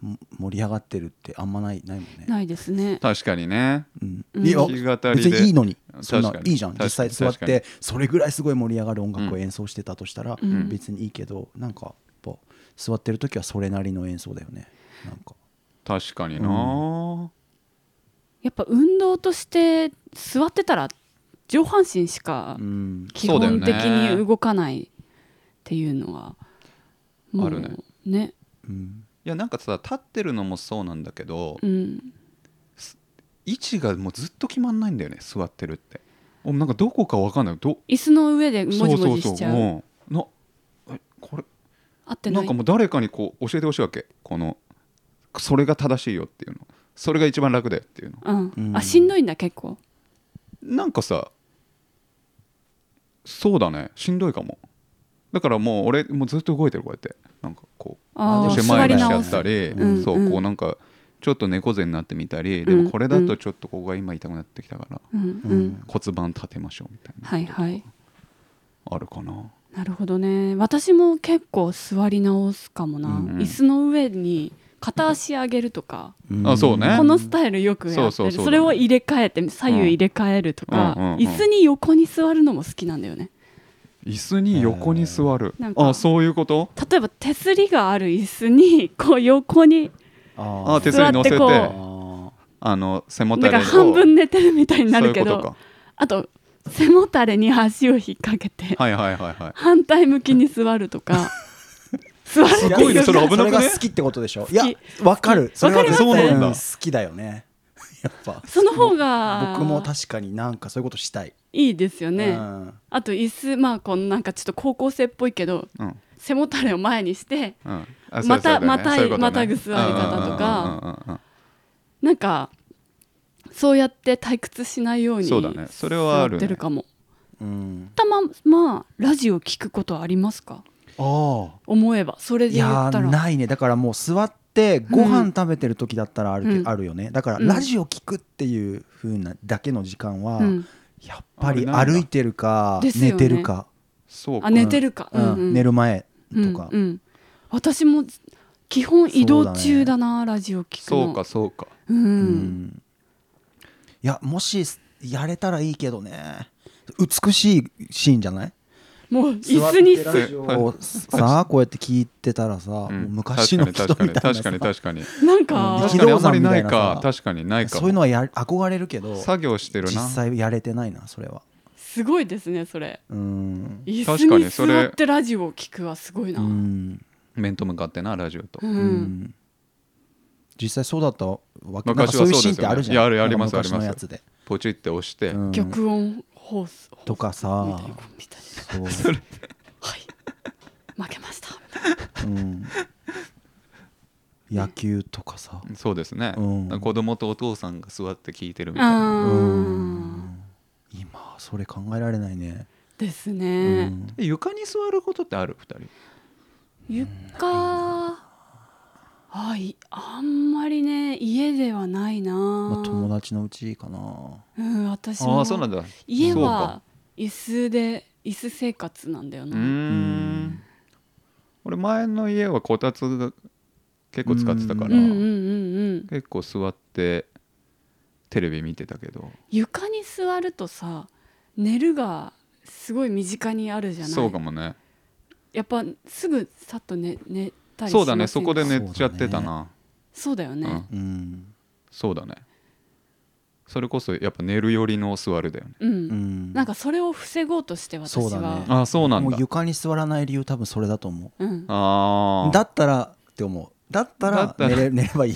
S3: も盛り上がってるってあんまないないもんね。
S2: ないですね。
S1: 確かにね
S3: うん
S2: うん
S3: いいよ
S1: 弾き語りで
S3: 別にいいのに
S1: 確か
S3: そ
S1: に
S3: んないいじゃん
S1: 確かに
S3: 実際座っ
S1: 確
S3: てそれぐらいすごい盛り上がる音楽
S1: う
S3: を
S1: ん
S3: 演奏してたとしたら
S2: うん
S3: 別にいいけど、なんかやっぱ座ってる時はそれなりの演奏だよねなんか
S1: 確かにな、
S2: やっぱ運動として座ってたら上半身しか
S3: うん
S2: 基
S1: そうだよ
S2: 本
S1: ね
S2: 的に動かないっていうのはもう
S1: あるね
S2: ね
S3: うん
S1: いやなんかさ立ってるのもそうなんだけど、
S2: うん
S1: 位置がもうずっと決まんないんだよね座ってるっておなんかどこかわかんないど
S2: 椅子の上でもじも
S1: そ
S2: じし
S1: う
S2: ち
S1: そう
S2: ゃ
S1: そうう、うん、なえこれ
S2: 合って
S1: な
S2: なんい
S1: かもう誰かにこう教えてほしいわけこのそれが正しいよっていうのそれが一番楽だよっていうの
S2: うん
S3: うん
S2: あしんどいんだ結構
S1: なんかさそうだねしんどいかもだからもう俺もうずっと動いてるこうやってなんかこう
S2: あ
S3: で
S2: あ
S1: 腰
S3: も
S2: 座
S1: 前
S2: り
S1: にしちゃ
S2: 直
S1: っ
S2: す
S1: たり、
S2: うん
S1: そううんこうなんかちょっと猫背になってみたり、
S2: う
S1: で
S2: ん
S1: もこれだとちょっとここが今痛くなってきたから、
S2: うんうん
S1: 骨盤立てましょうみたいな、
S2: はいはい
S1: あるかな
S2: なるほどね私も結構座り直すかもな、
S3: うん
S1: うん
S2: 椅子の上に片足上げるとか、
S3: うん
S1: あそうね
S2: このスタイルよくやって
S1: そ
S2: るそう
S1: そうそう
S2: れを入れ替えて左右入れ替えるとか、
S1: うんうんうん
S2: 椅子に横に座るのも好きなんだよね
S1: 椅子に横に座る
S2: なんか
S1: あそういうこと
S2: 例えば手すりがある椅子にこう横に
S3: あ
S1: あ
S3: あ
S1: 手
S2: 鉄
S1: すり乗せて
S2: 座って
S3: あ
S2: こ
S3: ー
S1: あの背も
S2: な
S1: た
S2: ん
S1: れ
S2: か
S1: を
S2: 半分寝てるみたいになるけ
S1: そうい
S2: ど
S1: うことか
S2: あと背もたれに足を引っ掛けて
S1: はいはいはいはい
S2: 反対向きに座る
S1: *laughs*
S2: とか座るって
S1: すごいね
S2: うか
S1: それ危なくね
S3: が好きってことでしょいや
S2: 好き
S3: わかるそれは
S2: わかります
S1: そうなんだ
S3: 好きだよね *laughs* やっぱ
S2: その方が
S3: 僕も確かになんかそういうことしたい
S2: いいですよね、
S3: うん
S2: あと椅子まあこのなんかちょっと高校生っぽいけど
S1: うん
S2: 背もたれを前にして
S1: うんあそう
S2: また
S1: そうだよね
S2: また
S1: そう
S2: い
S1: いうことね
S2: またぐ座り方とか
S1: うんうんうんうんうん
S2: なんかそうやって退屈しないように
S1: そうだねそれはあるね
S2: 座ってるかも
S3: うん
S2: たままあラジオ聞くことありますか
S3: ああ
S2: 思えばそれで
S3: い
S2: 言
S3: や
S2: った
S3: ー
S2: ら
S3: ないねだからもう座ってご飯食べてる時だったらある,、
S2: うん
S3: あるよねだから
S2: うん
S3: ラジオ聞くっていうふうなだけの時間は、
S2: うん、
S3: やっぱ
S1: あ
S3: り
S1: れなんだ
S3: 歩いてるか
S2: ですよね
S3: 寝てるか、
S1: そうか
S2: あ寝てるか、
S3: うん
S2: うんうん
S3: 寝る前
S2: うん
S3: とか、
S2: うん私も基本移動中だなラジオ聞くの
S1: そうかそうか
S2: うん、
S3: うんいやもしやれたらいいけどね美しいシーンじゃない
S2: もう椅子に
S3: 座
S2: 座
S3: って
S1: ラジ
S3: ラジ
S1: オ
S3: オ
S1: を
S3: をさあこうやって聞いてたらさ、
S1: うん
S3: もう昔の人み
S1: 確か
S3: たい
S1: に
S3: なさ
S1: 確かに確かに確か
S2: なん
S3: あ
S1: に
S2: か
S3: ーうん
S1: 確かにあんまり
S3: 力道山み
S1: な
S3: た
S1: い
S3: いなさ
S1: か確かにないかも
S3: そういうのはや憧れるけど
S1: 作業してる
S3: 実
S1: な
S3: 際やれてないなそれは
S2: すごいですねそれ
S3: うん
S2: 椅
S1: 確
S2: 子
S1: か
S2: に
S1: にそれ
S2: 座ってラジオを聞くはすごいな、
S3: う
S2: うん
S3: ん、
S1: 面と向かってなラジオと
S3: うん実際そうだったわけなんか
S1: 昔
S3: そ
S1: はそうう
S3: いう
S1: ですよね
S3: シーンってあるじゃん
S1: いやあるあります
S3: なんか昔
S1: あ
S3: の
S1: り
S3: や
S1: ます
S3: つで、
S1: ポチって押して、
S3: うん
S2: 玉音放送
S3: とかさ
S2: みたいなみたいな
S3: そう
S1: *laughs*
S3: *laughs*
S2: はい負けました
S3: うん、野球とかさ
S1: そうですね、
S3: うん
S1: 子供とお父さんが座って聞いてるみたいな
S2: あ
S3: うん今それ考えられないね、
S2: です
S3: う
S2: ね、
S3: ん、
S1: え床に座ることってある2人
S2: 床あいあんまりね家ではないな、
S3: まあ、友達のうちかな
S2: うん私
S1: あ
S2: も
S1: あそうなんだ
S2: 家
S1: そうか
S2: は椅子で椅子生活なんだよ
S1: うー
S2: な、
S1: ん俺前の家はこたつが結構使ってたか
S2: うん、う
S1: ら、
S2: んうんうん
S1: 結構座ってテレビ見てたけど
S2: 床に座るとさ寝るがすごい身近にあるじゃない
S1: そうかもね
S2: やっぱすぐさっと寝寝たり
S1: そうだ
S2: しま
S1: ね
S2: せ
S1: そ
S2: ん
S1: こで
S2: か
S1: 寝ちゃってたな
S2: そうだよね、
S1: うん
S3: うん
S1: そうだねそれこそやっぱ寝る寄りの座るだよね
S2: うん、
S3: うん
S2: なんかそれを防ごうとして私は
S3: そうだね
S1: ああそうなん
S3: もう
S1: だ
S3: 床に座らない理由多分それだと思
S2: うん、
S1: あ
S3: う
S1: あ
S3: だったらって思うだった
S1: だ
S3: ら
S1: ったら
S3: 寝れ寝れば
S1: *laughs*
S3: いい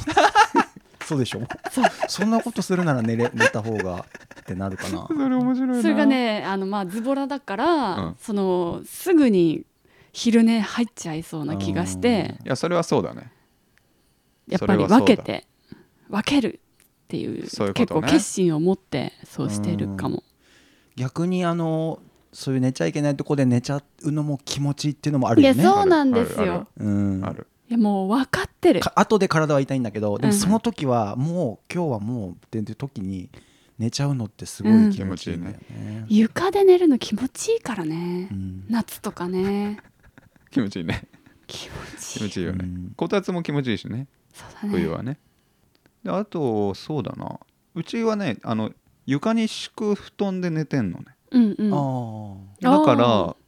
S3: そうでしょ
S2: そう
S3: そんなことするなら寝れ *laughs* 寝た方がってなるかな
S1: それ面白いな
S2: それがねあのまあズボラだから、
S1: うん
S2: そのすぐに昼寝入っちゃいそうな気がして
S1: いやそれはそうだね
S2: やっぱり
S1: それはそ
S2: 分
S1: うだ
S2: けて分けるっていう
S1: そういうことね
S2: 結構決心を持ってそうしてるかも、
S3: 逆にあのそういう寝ちゃいけないとこで寝ちゃうのも気持ちいいっていうのもあるよ
S2: い
S3: ね
S2: やそうなんです
S1: あるあるある
S2: よ
S3: うん
S1: ある
S2: いやもう分かってる
S3: か後で体は痛いんだけどでも
S2: うん
S3: その時はもう今日はもうっていう時に寝ちゃうのってすご
S2: うん
S3: い気持ちいいんだよね、
S2: 床で寝るの気持ちいいからね、
S3: うん
S2: 夏とかね
S1: 気持ちいいね気
S2: 気持ちい
S1: 持
S2: い
S1: ちいいよね、
S3: うん
S1: こたつも気持ちいいしね
S2: そうだね
S1: 冬はね、であとそうだなうちはねあの床に敷く布団で寝てんのね
S2: うんうん
S3: あ
S2: あ
S3: あ
S1: だ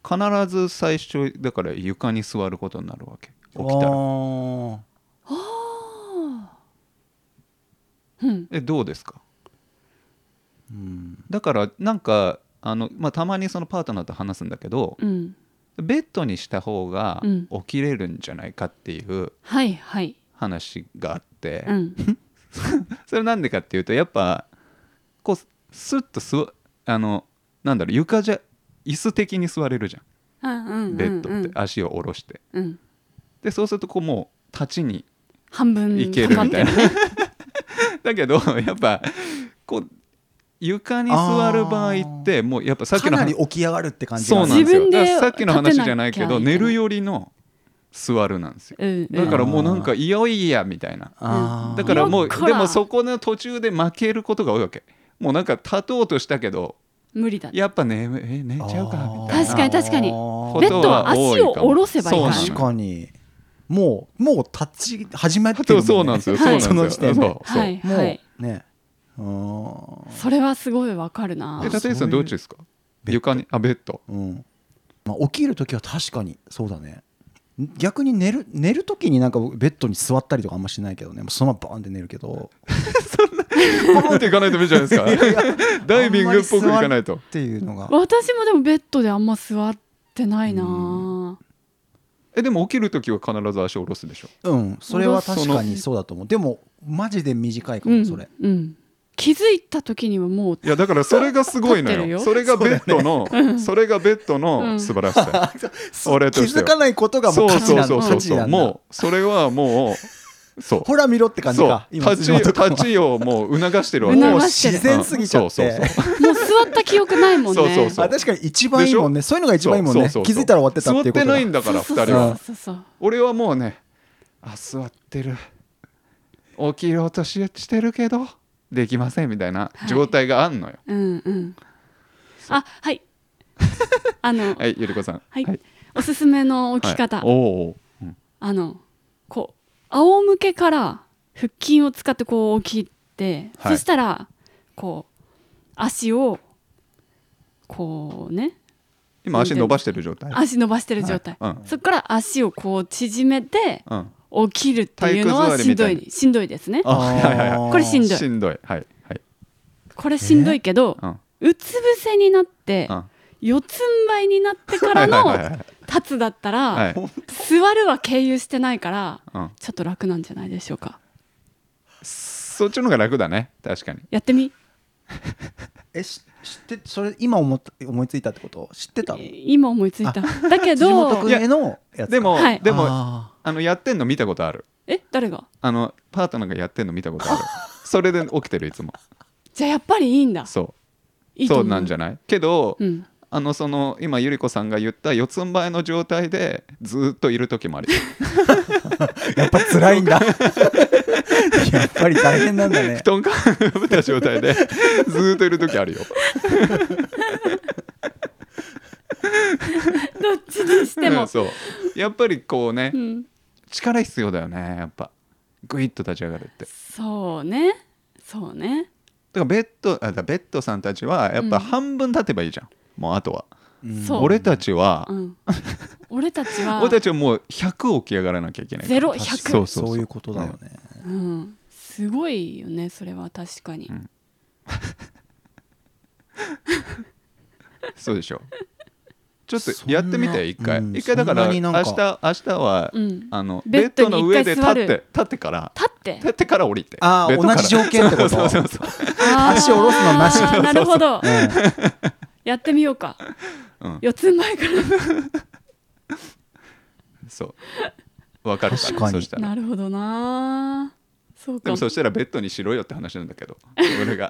S1: か
S2: あ
S1: ら必ず最初だから床に座ることになるわけ起きたら
S3: ら
S2: あうん
S1: えどうですか
S3: うん
S1: だからなんかあの、まあ、たまにそのパートナーと話すんだけど、
S2: うん
S1: ベッドにした方が
S2: うん
S1: 起きれるんじゃないかっていう
S2: はいはい
S1: 話があって、
S2: うん
S1: それなんでかっていうとやっぱこうスッとすあのなんだろう床じゃ椅子的に座れるじゃ
S2: あうんうんうんん
S1: ベッドって足を下ろして
S2: うん
S1: でそうするとこうもう立ちに
S2: 半分
S1: いけるみたいな
S2: かかっ
S1: *laughs* だけどやっぱこう床に座る場合ってもうやっぱさっき
S3: か
S1: の
S3: な
S1: 話
S3: り起き上がるって感じ
S1: そう
S3: が
S1: なんですよ
S2: 自分で
S1: だからさっきの話じゃないけど
S2: 立てなきゃいけない
S1: 寝るよりの座るなんですよ
S2: てるうんう
S1: だ
S2: ん
S1: からもうなんかいよいやみたいな
S3: あー
S1: だからもう
S2: よっこら
S1: でもそこの途中で負けることが多いわけもうなんか立とうとしたけど
S2: 無理だ
S1: やっぱねえ寝ちゃうかみたいな
S2: 確かに確かに
S3: あー
S1: こ
S2: ベッ
S1: と
S2: ドは
S1: は多い
S2: 足
S1: か
S2: を
S1: も
S2: 下ろせばいいから
S1: そうな
S3: 確
S1: の
S3: かにもうもう立ち始まってる
S1: そ
S3: も
S1: うそうなんですよ、
S2: はい
S1: そうなんですよ
S3: その時点で
S1: そうそう
S2: はい
S3: も
S2: はいう
S3: ねうーん
S2: それはすごいわかるな
S1: え立石
S3: そ
S1: さ
S3: うい
S1: ん
S3: う
S1: どっちですか
S3: ベッド
S1: 床にあベッド
S3: うんまあ、起きる時は確かにそうだね逆に寝る寝る時になんか僕ベッドに座ったりとかあんましないけどねもうそのままバーンって寝るけど
S1: ポロンっていかないと無理じゃないですか *laughs* ダイビングっぽくいかないと
S3: っていうのが
S2: 私もでもベッドであんま座ってないな
S1: えでも起きるときは必ず足を下ろすでしょ
S3: うんそれは確かにそうだと思うでもマジで短いか
S2: う
S3: も
S2: ん
S3: それ、
S2: うん気づいた時にはもう
S1: いやだからそれがすごいの
S2: 立ってる
S1: よ
S2: よ
S1: それがベッドのそ,、れがベッド
S2: う
S1: の
S2: ん
S1: 素晴らしさ、俺
S3: 気
S1: として
S3: づ
S1: は
S3: かないことがも
S1: そうう
S3: 価値
S1: そう
S3: なんだ
S1: そうそう
S3: 価値
S1: そ
S3: な
S1: うん
S3: だ
S1: もうそれはもうそう
S3: ほら見ろって感じ
S1: そう
S3: か今
S1: 立ち
S3: 辻元君は
S1: 立ちをもう促してるわけ
S3: も
S2: *laughs*
S3: う
S2: 促してる
S3: 自然すぎちゃって、
S1: うんそうそうそう
S2: もう座った記憶ないもん
S1: *laughs*
S2: ね
S1: そうそうそう
S3: あ確かに一番いいもんねそういうのが一番いいもんね
S1: そうそうそう
S3: 気づいたら終わってたっていうこと
S1: 座ってないん
S3: だ
S1: だから
S2: そ
S1: 二
S2: うそう
S1: 人は
S2: そうそう
S1: 俺はもうねあ座ってる起きようとししてるけどできませんみたいな状態があんのよ
S2: うんうんあはい *laughs* あの
S1: はい、ゆりこさん
S2: はいおすすめの置き
S1: は
S2: 方
S1: いおうおううん
S2: あのこう仰向けから腹筋を使ってこう置きって、
S1: はい
S2: そしたらこう足をこうね
S1: 今足伸ばしてる状態
S2: 足伸ばしてる状態、
S1: はいうん
S2: そこから足をこう縮めて
S1: うん
S2: 起きるっていうの
S1: 体
S2: は
S1: 育座
S2: し
S1: り
S2: ん
S1: み
S2: ど
S1: たいない
S2: しんどいですね
S1: あはいはいはい
S2: これしんどい
S1: しんどいはいはい
S2: これしんどいけど、
S1: うん
S2: うつ伏せになって、
S1: うん
S2: 四つん這いになってか
S1: は
S2: ら
S1: いはいはいは
S2: の
S1: い
S2: 立つだったら、
S1: はい
S2: 座るは経由してないから
S1: うん
S2: ちょっと楽なんじゃないでしょうか
S1: そっちの方が楽だね確かに
S2: やってみ
S3: えし知ってそれ今思った思いついたってこと知ってたの
S2: 今思いついただけ
S3: 辻元
S2: ど
S3: 君へのやつか
S1: でも
S2: はい
S1: でも
S3: あ
S1: あのやってんの見たことある
S2: え誰が
S1: あのパートナーがやってんの見た
S3: *laughs*
S1: ことあるそれで起きてるいつも
S2: じゃあやっぱりいいんだ
S1: そ
S2: いういと
S1: そ
S2: 思
S1: うなんじゃないけど
S2: うん
S1: あのその今ゆり子さんが言った四つん這いの状態でずっといる時もある
S3: ーやっぱ辛いんだ *laughs* やっぱり大変なんだね
S1: 布団か *laughs* ぶった状態でずっといる時あるよ
S2: どっちにして
S1: うん
S2: も
S1: そうやっぱりこうね
S2: うん
S1: 力必要だよねやっぱグイッと立ち上がるってだか
S2: そうねそうね
S1: らベッドあだからベッドさんたちはやっぱ
S2: うん
S1: 半分立てばいいじゃん、もうあとは
S3: うん
S2: そう
S1: 俺たちは、
S2: うん
S1: *laughs*
S2: 俺たちは
S1: 俺たちはもう100起き上がらなきゃいけないから
S2: ゼロ
S3: 確
S2: 100
S3: かに
S1: そうそうそう
S3: そういうことだよね、
S2: うんすごいよねそれは確かに、
S1: うんそうでしょちょっとやってみ
S3: そんな
S1: て一回、
S3: うん
S1: 一回だから
S3: そ
S1: 明
S3: んなに
S1: 日
S3: なんか
S1: 明日は、
S2: うん
S1: あのベ
S2: ベ
S1: ッ
S2: ッ
S1: ド
S2: ド
S1: の
S2: に
S1: 上
S2: 一回
S1: で立
S2: 座
S1: っ
S2: る
S1: て立ってから
S2: 立って
S1: 立ってから降りて
S3: あ
S1: ベ
S3: ー
S1: ッドから
S3: 同じ条件ってこ
S1: *laughs*
S3: と
S1: そうそうそう
S2: あー
S3: 足を下ろすのなし
S2: *laughs* なるほど
S3: うん
S2: やってみようか
S1: うん
S2: 四つん這いか
S1: そう分かる
S3: 確
S1: か
S3: からに
S1: そした
S2: ら
S1: ら
S2: なるほどなそう
S1: で
S2: か
S1: も
S2: も
S1: そしたらベッドにしろよって話なんだけ
S2: *laughs*
S1: ど俺が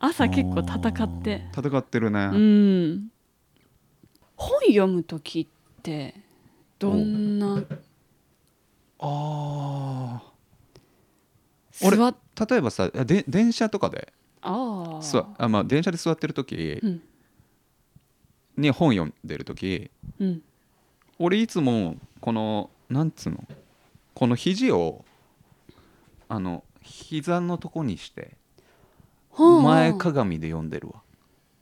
S2: 朝結構戦って
S1: 戦ってるね、
S2: うん本読む時ってどんな
S1: あー
S2: 座っ
S1: 俺例えばさで電車とかで
S2: ああ
S1: そうあ、まあ、電車で座ってる時
S2: うん
S1: に本読んでる時
S2: うん
S1: 俺いつもこのなんつうのこの肘をあの膝のとこにして
S2: はあ
S1: 前かがみで読んでるわ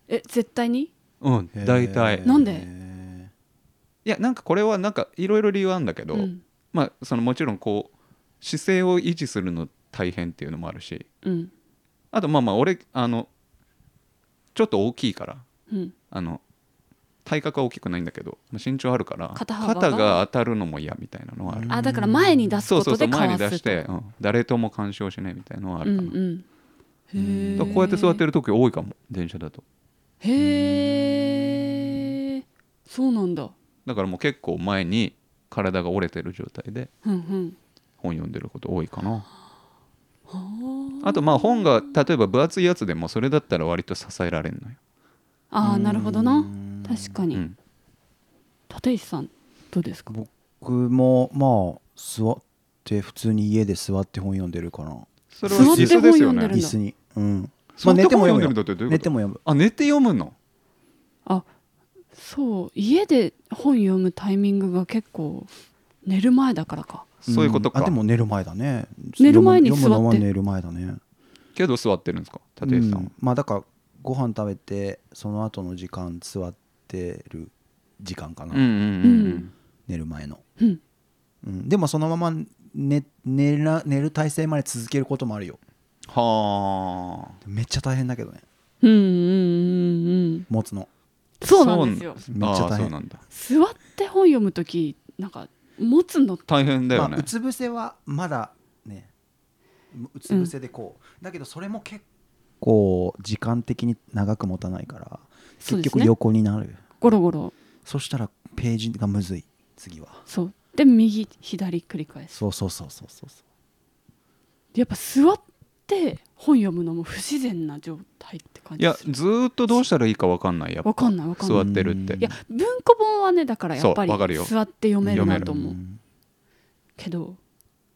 S2: え絶対に
S1: うん
S3: へー
S1: 大体
S2: なんで
S1: いやなんかこれはなんかいろいろ理由あるんだけど、
S2: うん
S1: まあそのもちろんこう姿勢を維持するの大変っていうのもあるし
S2: うん
S1: あとまあまあ俺あのちょっと大きいから
S2: うん、
S1: あの体格は大きくないんだけどまあ身長あるから
S2: 肩幅が
S1: が当たるのも嫌みたいなのはある、
S2: あだから前に出す
S1: そ
S2: こ
S1: うそう
S2: と
S1: そう
S2: でか
S1: 前
S2: わ
S1: に出
S2: す
S1: して、うん誰とも干渉しないみたいなのはあ
S2: う
S1: る
S2: ん
S1: かな、
S2: うんへえ
S1: だからこうやって座ってる時多いかも電車だと
S2: へえそうなんだ
S1: だからもう結構前に体が折れてる状態で
S2: うんうん
S1: 本読んでること多いかな
S2: は
S1: あとまあ本が例えば分厚いやつでもそれだったら割と支えられんのよ、
S2: ああーなるほどな確か
S1: う
S2: に
S1: ん、
S2: 立石さんどうですか
S3: 僕もまあ座って普通に家で座って本読んでるかな
S1: それは椅子ですよ
S2: 座って本読んでる
S1: ね
S3: 椅子にうん
S1: 座って本読んでる
S3: む
S1: だってどういうこと
S3: 寝ても読む
S1: あ寝て読むの
S2: あそう家で本読むタイミングが結構寝る前だからか
S1: そういうこと
S3: ん
S1: か
S3: あでも寝る前だね
S2: 寝る前に
S3: 読むのは
S2: 座って
S3: 寝る前だね
S1: けど座ってるんですか立石さんは、
S3: うんまあだからご飯食べてその後の時間座ってる時間かな、
S1: うんうんうんうん
S3: 寝る前の、
S2: うん
S3: うん、でもそのまま寝寝ら寝る体勢まで続けることもあるよ
S1: はあ
S3: めっちゃ大変だけどね
S2: うんうんうんうん
S3: 持つの
S2: そうなんですよ
S1: そ
S3: めっちゃ大
S1: あ
S3: 変
S1: あそうなんだ
S2: 座って本読む時なんか持つの
S1: 大変だよね、
S3: まあ、うつ伏せはまだねうつ伏せでこう、だけどそれも結構時間的に長く持たないから
S2: そうで
S3: 結
S2: す
S3: 局
S2: ね
S3: 横になるそ,、
S2: ゴロゴロ
S3: したらページがむずい次は
S2: そうで右左繰り返す
S3: そうそうそうそうそうそう
S2: やっぱ座って本読むのも不自然な状態って感
S1: い
S2: じ
S1: や
S2: する
S1: ずーっとどうしたらいいかわかんないやっぱ
S2: わかんないわかん
S1: 座
S2: ない
S1: ってるって
S3: うん
S2: いや文庫本はねだからやっぱり
S1: そうわかるよ
S2: 座って読めるなと思
S3: う
S2: うんけど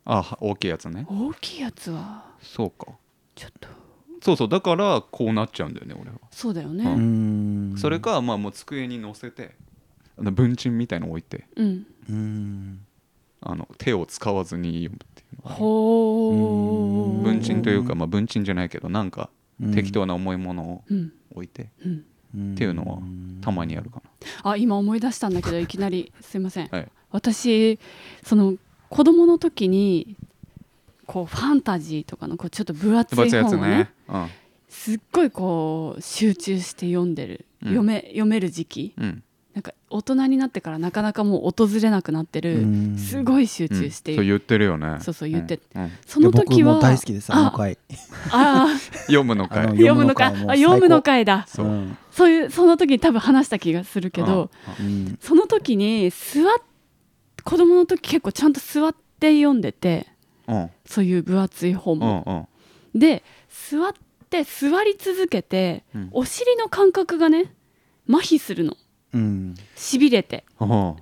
S1: あは大きいやつね
S2: 大きいやつは
S1: そうか
S2: ちょっと
S1: そうそうだからこうなっちゃうんだよね俺は、
S2: そうだよ
S1: う
S2: ね
S3: うん
S1: それかまあもう机に乗せてあの文鎮みたいの置いて
S2: うん
S3: うん
S1: あの手を使わずに読むっていうのが
S2: ほ
S3: う
S2: うん
S1: 文鎮というか、
S3: うん
S1: まあ、文鎮じゃないけどなんか適当な重いものを
S2: うん
S1: 置いて
S2: うん
S1: っていうのはたまにやるか
S2: あ今思い出したんだけどいきなりすいません、
S1: な、はい、
S2: 私その子供の時にこうファンタジーとかのこうちょっと分厚
S1: 分
S2: い
S1: 厚いやつ
S2: 本をね
S1: ね、うん
S2: すっごいこう集中して読んでる、
S1: うん
S2: 読め読める時期
S1: うん、
S2: なんか大人になってからなかなかもう訪れなくなってる、す
S3: い
S2: ごい集中して、
S1: うんそう言ってるよね
S2: そうそう言って
S1: うんうん
S2: その
S3: 僕
S2: 時は
S3: も大好きですあの
S2: あ
S3: 回
S2: あ
S1: *laughs* 読むのか
S3: あの
S1: い
S2: 読むのかあ
S3: 読
S2: 読む
S3: むの会もう最高
S2: の会だ
S1: そう
S3: うん
S2: そういうその時に多分話した気がするけど、
S3: うん
S2: その時に座っ子供の時結構ちゃんと座って読んでて
S1: うんうん
S2: そういう分厚い本
S1: うん
S2: も、
S1: うん
S2: で座って座り続けて、
S1: うん
S2: お尻の感覚がね麻痺するの
S3: うん
S2: しびれて
S1: うん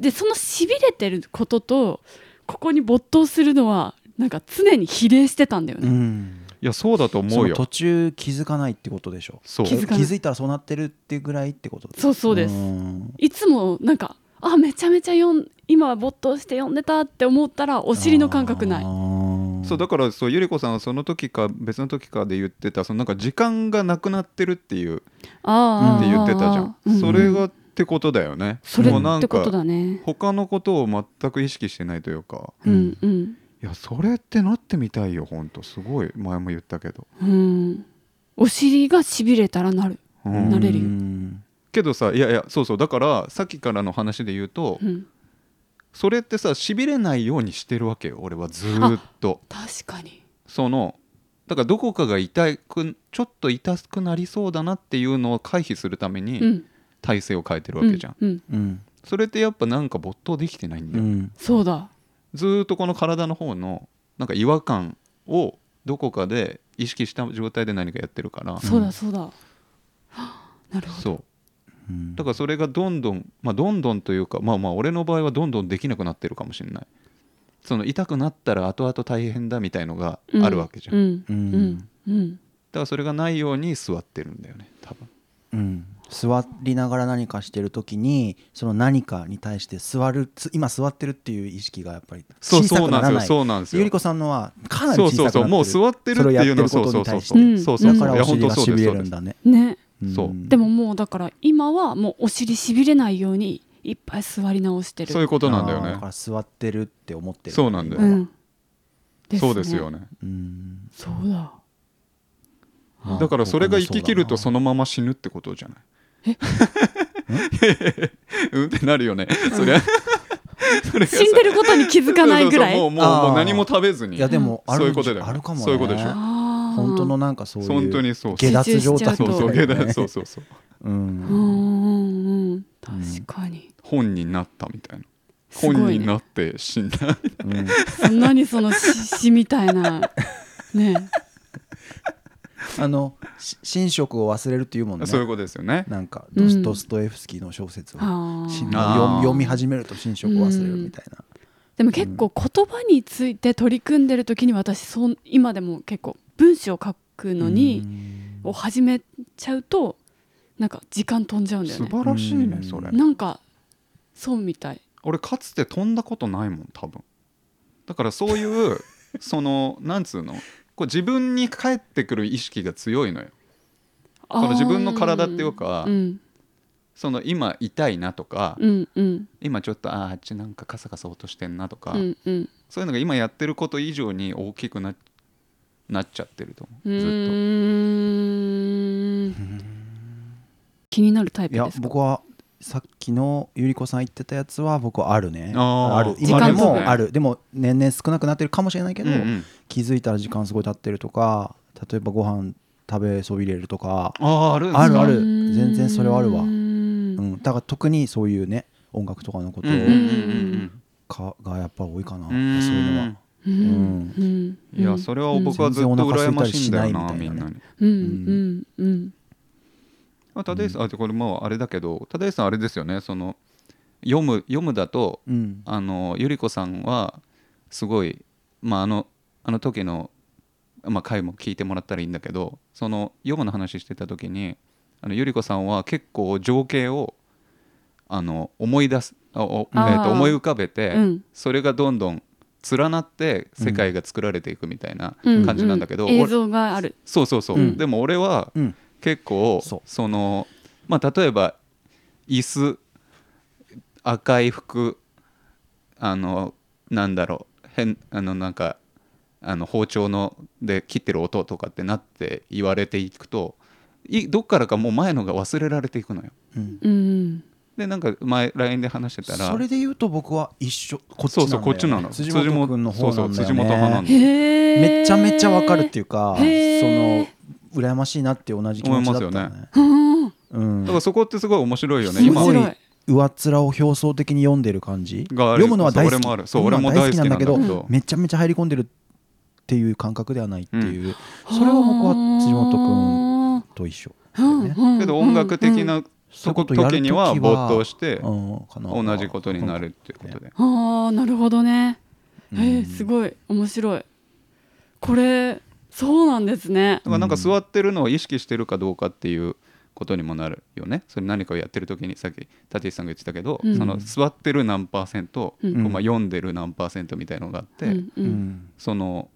S2: でそのしびれてることとここに没頭するのはなんか常に比例してたんだよ
S3: う
S2: ね、
S3: ん
S1: いやそうだと思
S3: そうの
S1: よ
S3: 途中気づかないってことでしょ
S1: そう
S2: 気づかない
S3: いたらそうなってるっていうぐらいってこと
S2: そうそうです
S3: ん
S2: いつもなんかあめちゃめちゃ読ん今没頭して読んでたって思ったらお尻の感覚ない
S3: あー
S1: そうだからそうゆり子さんはその時か別の時かで言ってたそのなんか時間がなくなってるっていう
S2: あー
S1: って言ってたじゃん、
S2: う
S1: それがってことだよね
S2: それ
S1: もうな
S2: っ
S1: ん
S2: てこと
S1: か
S2: だね
S1: 他のことを全く意識してないというか
S2: うんうん
S1: いやそれってなってみたいよほんとすごい前も言ったけど、
S2: うんお尻がしびれたらなる
S1: う
S3: うん
S1: ん
S2: なれるよ
S3: うん
S1: けどさいやいやそうそうだからさっきからの話で言うと、
S2: うん
S1: それってさしびれないようにしてるわけよ俺はずーっと
S2: 確かに
S1: そのだからどこかが痛くちょっと痛くなりそうだなっていうのを回避するため
S2: う
S1: に
S2: ん
S1: 体勢を変えてるわけじゃん、
S2: うんうん
S3: うん
S1: それってやっぱなんか没頭できてないんだ
S3: う
S1: よ、
S3: ん
S2: そうだ
S1: ずーっとこの体の方のなんか違和感をどこかで意識した状態で何かやってるから、
S2: そうだそうだはあなるほど
S1: そう
S3: うん
S1: だからそれがどんどんまあどんどんというかまあまあ俺の場合はどんどんできなくなってるかもしれないその痛くなったら後々大変だみたいのがあるわけじゃん、
S2: う
S1: だ
S2: ん
S3: う
S2: うんんうん
S1: からそれがないように座ってるんだよね多分
S3: うん座りながら何かしてる時にその何かに対して座るつ今座ってるっていう意識がやっぱり
S1: そう
S3: 小さ
S1: そう
S3: くな
S1: なん
S3: ら
S1: ですよ
S3: ない
S1: そうなんです
S3: ゆ
S1: よ
S3: り子さんのはかなり
S1: そう
S3: 小
S1: そう
S3: さく
S1: そう
S3: な
S1: も
S3: っ
S1: う
S3: て
S1: 座ってるって
S3: それをや
S1: い
S3: っ
S1: う
S3: て
S1: の
S3: る
S1: そう
S3: こと
S1: そう
S3: に
S1: そう
S3: 対
S1: そう
S3: して
S1: そうそう
S2: うん
S1: そうい
S3: だから
S1: や
S3: お
S1: 本当
S3: 尻が
S1: そ
S3: し
S1: う
S3: び
S1: ですそう
S3: れる
S1: で
S3: ん
S1: す
S3: だね
S2: ね
S3: ん
S1: そう
S2: でももうだから今はもうお尻しびれないようにいっぱい座り直してる
S1: そういうことなんだよ
S3: あーだか
S1: ね
S3: ら座ってるって思ってる
S1: そうなんだよ
S2: うん
S1: そうですよね
S3: うん
S2: そうだ
S3: ああ
S1: だからそれが生ききると
S3: 僕
S1: その
S3: も
S1: まま死ぬってことじゃないえ *laughs* うんってなるよねそりゃ *laughs* それがさ
S2: 死んでることに気づかないぐらい
S1: そうそうそうもうもうもう何も食べず
S3: そうだない
S1: に
S3: やでもある
S1: そういうことだよ
S3: あるかもね
S1: そういうことでしょ
S2: あー
S3: 本当のなんかそういう
S1: 本当にそう
S3: 下脱状態
S1: そうそう
S3: みたい
S1: 下
S3: なね
S1: 脱そうそうそう
S3: う
S2: うんんうんうん確かに、
S1: 本になったみたいな
S2: す
S1: 本
S2: ごい
S1: にな
S2: ね
S1: って死んだ
S3: うん
S2: 何そのし詩みたい
S1: *laughs*
S2: なね
S3: あのし寝食を忘れるっていうもんね
S1: そういうことですよね
S3: なんか
S2: う
S3: ドス
S2: ん
S3: ドストエフスキーの小説を
S2: あー
S1: あー
S3: し読み読み始めると寝食を忘れるみたいな
S2: でも結構言葉について取り組んでる時に私そう今でも結構文章を書くのにを始めちゃうとなんか時間飛んじゃうんだよ
S1: 素
S2: ね
S1: 晴らしいね
S3: うん
S1: それ
S3: ら
S2: なんかそうみたい
S1: 俺かつて飛んだことないもん多分だからそういうそのなんつうのこう自分に返ってくる意識が強いのよ
S2: こ
S1: その自分の体っていうか
S2: うん
S1: その今痛いなとか、
S2: うんうん
S1: 今ちょっとあーあっちなんかカサカサ落としてんなとか、
S2: うんうん
S1: そういうのが今やってること以上に大きくななっちゃってると思
S2: う
S1: うずっ
S2: ーん気になるタイ
S3: い
S2: プ
S3: や
S2: ですか
S3: 僕はさっきのゆり子さん言ってたやつは僕はあるね
S1: あー
S3: ある
S1: 時
S2: 間
S3: 今で
S2: そう
S3: も
S1: ね
S3: あるでも年々少なくなってるかもしれないけ
S1: と、
S3: ど、
S1: うんうん
S3: 気づいたら時間すごい経ってるとか例えばご飯食べそびれるとか、
S1: あーあるんです
S3: ある
S1: か
S3: ある全然それはあるわ
S2: うーん
S3: うん、だから特にそういうね音楽とかのこと
S1: うんうん
S3: か、がやっぱり多いかな
S1: うんうん
S3: そういうのは。
S2: うんうん
S1: うんいやそれは
S2: うん
S1: 僕はずっと羨ましいんだよな
S3: 全然お腹空いたりしないみたいな
S1: み
S3: ね
S1: んなに。
S2: うんうんうん
S1: まあ、立石さんあこれもうあれだけど立石さんあれですよねその読む読むだと
S3: うん
S1: あのゆり子さんはすごい、まあ、あのあの時の、まあ、回も聞いてもらったらいいんだけどその読むの話してた時にあのゆり子さんは結構情景をあの思い出すあおえ
S2: あー
S1: ーと思い浮かべて、
S2: うん
S1: それがどんどん連なって世界が作られていくみたいな
S2: うん
S1: 感じなんだけど、
S2: う
S1: 俺
S2: 映像がある
S1: そうそうそう、
S3: うん
S1: でも俺は
S3: うん
S1: 結構
S3: そう
S1: そのまあ例えば椅子赤い服あのなんだろう変あのなんかあの包丁ので切ってる音とかってなって言われていくといどっからかもう前のが忘れられていくのよ。
S3: うん
S2: うん
S1: でなんか前 LINE で話してたら
S3: それで言うと僕は一緒こっち
S1: そ
S3: なん
S1: うそ
S3: だ
S1: う
S3: よ、ね、
S1: こっちなの
S3: 辻元君の方
S1: そ
S3: な
S1: うんそう
S3: だ
S1: 辻
S3: よ
S1: 元派な
S3: ね
S1: の
S2: へえ
S3: めちゃめちゃわかるっていうかそ
S2: へ
S3: の
S2: ー
S3: 羨ましいなって同じ気持ちだった
S1: 思い
S3: ね
S1: ます
S2: うん
S3: うん
S1: だからそこってすごい面白いよね
S2: 面
S1: 今
S3: すご
S2: 白
S3: い
S2: い
S3: 上っ面を表層的に読んでる感じ
S1: がある
S3: 読むのは大好き
S1: そう俺もあるそう
S3: 読むのは
S1: 俺も大好きなんだけど
S2: 大好きなんだけど
S3: めちゃめちゃ入り込んでるっていう感覚ではないっていう、
S2: うん
S3: それは僕は辻元君と一緒、
S2: うんうん
S1: けど音楽的な
S3: そういうことやる
S1: 時には
S3: 時
S1: 没頭して
S3: うんかな
S1: 同じことになるっていうことで。
S2: ああなるほどねえ
S3: う
S2: ー
S3: ん
S2: すごい面白いこれそうなんですね
S1: だからなんか座ってるのを意識してるかどうかっていうことにもなるよね。それ何かをやってる時にさっき立石さんが言ってたけど、
S2: うん
S1: その座ってる何パーセント、
S2: うん
S1: こうまあ読んでる何パーセントみたいのがあって、
S2: うんう
S3: うんん
S1: その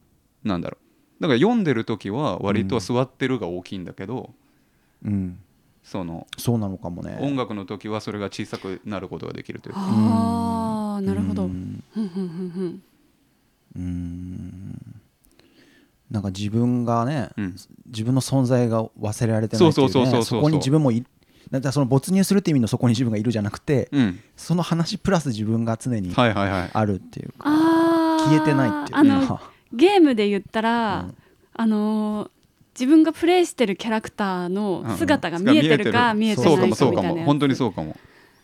S1: なんだろうだから読んでる時は割と座ってるが大きいんだけど、
S3: うん
S1: その
S3: そうなのかもね
S1: 音楽の時はそれが小さくなることができるというか
S2: ああなるほ
S3: う
S2: ど
S3: ん
S2: ふんふんふんふん
S3: うんなんか自分がね、
S1: うん
S3: 自分の存在が忘れられてないってい
S1: そうそう
S3: う
S1: そうそうそう
S3: ねそこに自分もいだからその没入するって意味のそこに自分がいるじゃなくて、
S1: うん、
S3: その話プラス自分が常に
S1: はいはいはい。
S3: あるっていうか、
S2: あー
S3: 消えてないっていうか
S2: あの
S3: は
S2: ゲームで言ったら、
S3: うん
S2: あのー自分がプレイしてるキャラクターの姿が見えてるか
S1: うん
S2: 見えて
S3: る
S2: な
S1: そう
S2: いか
S1: か
S2: み
S1: もそうか
S2: たいな
S1: も
S2: やつ
S1: 本当にそうかも。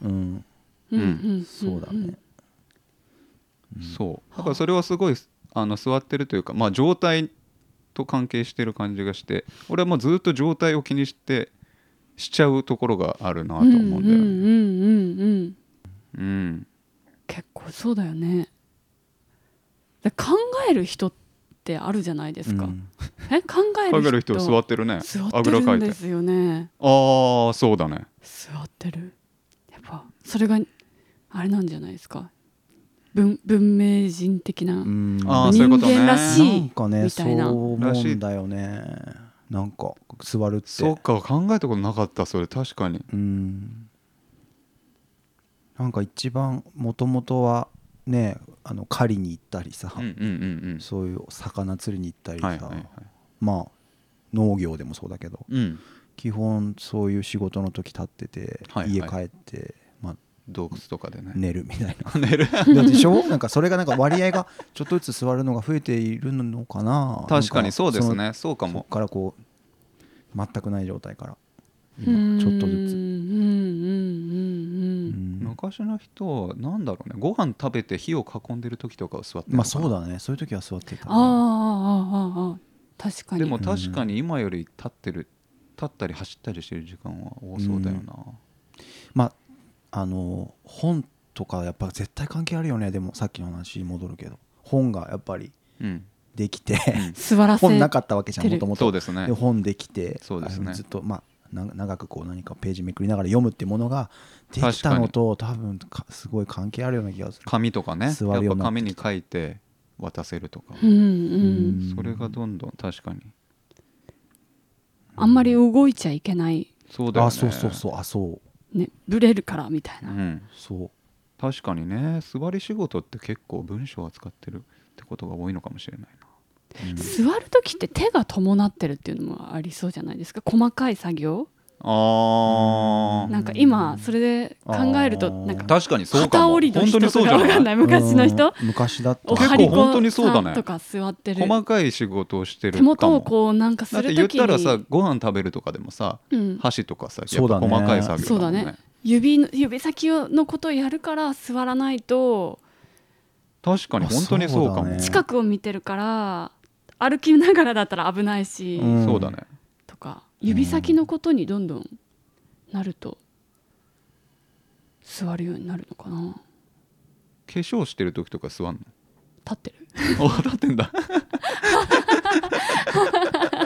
S3: うん、
S2: うんうんん
S3: そうだね、
S1: そうだからそれはすごいあの座ってるというか、まあ、状態と関係してる感じがして俺はもうずっと状態を気にしてしちゃうところがあるなと
S2: うんうん
S1: 思うんだよ
S2: う
S1: ね。
S2: んうんうん
S1: うん
S2: 結構そうだよねで考える人ってあるじゃないですか、
S3: うん
S2: え考え
S1: 考
S2: る人
S1: える人座ってるね
S2: 座
S1: あ
S2: っ
S1: ぐ
S2: て
S1: らか
S2: る
S1: い
S2: ん
S1: て
S2: ですよね
S1: ああそうだね
S2: 座ってるやっぱそれがあれなんじゃないですか文文明人的な、
S3: うん
S1: あーそういうこ
S2: 人
S1: とね
S2: 間らし
S3: ないんかね
S2: みたいな
S3: そう思うんだよねなんか座るって
S1: そっか考えたことなかったそれ確かに
S3: うんなんか一番もともとはねあの狩りに行ったりさ、
S1: うんうんうんうん
S3: そういう魚釣りに行ったりさ、
S1: はいはいはい
S3: まあ農業でもそうだけど
S1: うん、
S3: 基本そういう仕事の時立ってて、
S1: はい
S3: 家帰
S1: は
S3: って、ま
S1: 洞窟とかでね
S3: あ、寝るみたいな
S1: *laughs* 寝る
S3: だってしょなんかそれがなんか割合がちょっとずつ座るのが増えているのかな
S1: 確か
S3: なん
S1: にそうです
S3: の
S1: ねそうか
S3: そ
S1: も
S3: っからこう全くない状態から
S2: うん
S3: 今ちょっとず
S2: うんうんうんう
S3: つ、
S2: ん
S3: うん
S1: 昔の人はなんだろうねご飯食べて火を囲んでる時とかは座ってるのかな
S3: まあそうだねそういう時は座ってた
S2: あ
S3: な
S2: あああああ確かに
S1: でも確かに今より立ってる立ったり走ったりしてる時間は多そうだよな、
S3: まああの本とかやっぱ絶対関係あるよねでもさっきの話に戻るけど本がやっぱり
S1: うん
S3: で
S2: *laughs*
S3: きて
S1: ん
S2: 座らせ
S3: 本なかったわけじゃん
S2: て
S3: も
S2: る
S3: ともと
S1: そうですね
S3: で本できて
S1: そうですね
S3: あのずっとまあな長くこう何かページめくりながら読むってものができたのと多分かすごい関係あるような気がする
S1: 紙とかね
S3: 座
S1: やっ
S3: るよ
S1: ぱ
S3: うになって
S1: 紙に書いて渡せるとか、
S2: うんうん
S1: それがどんどん確かに
S2: あんまり動いちゃいけない
S1: そうだよね
S3: あそうそうそうあそう
S2: ねブレるからみたいな
S1: うん、
S3: そう
S1: 確かにね座り仕事って結構文章を扱ってるってことが多いのかもしれないな、うん
S2: 座る時って手が伴ってるっていうのもありそうじゃないですか細かい作業
S1: あー
S2: なんか今それで考えると
S3: あー
S2: なんか
S1: 確かにそうか
S2: 片
S1: も
S2: 折りの
S1: 本当
S2: 人
S1: にそう
S2: と
S1: じ
S2: か
S1: ゃ
S2: わか
S1: な
S2: んないい *laughs* 昔の人
S3: うん昔だった
S2: おはり
S1: 結構本当
S2: こ
S1: にそう
S2: さ
S1: だね
S2: んとか座ってる
S1: 細かい仕事をしてる
S2: 手
S1: かも
S2: 元をこうなんかす
S1: だっ
S2: る
S1: て
S2: 時
S1: 言っ
S2: に
S1: たらさご飯食べるとかでもさ
S2: うん
S1: 箸とかさや
S3: そ
S1: っ
S3: う
S1: ぱ
S3: だね
S1: 細かい作
S2: そ
S1: 業
S2: う
S1: だも
S2: だ
S1: んね
S2: ね指の指先のことをやるから座らないと
S1: 確かに本当にそうかも
S3: あそうだね
S2: 近くを見てるから歩きながらだったら危ないし、
S3: うん
S1: そうだね
S2: とか指先のことにどんどんなると座るようになるのかな
S1: 化粧してる時とか座ん
S2: 立ってる
S1: のあ立ってんだ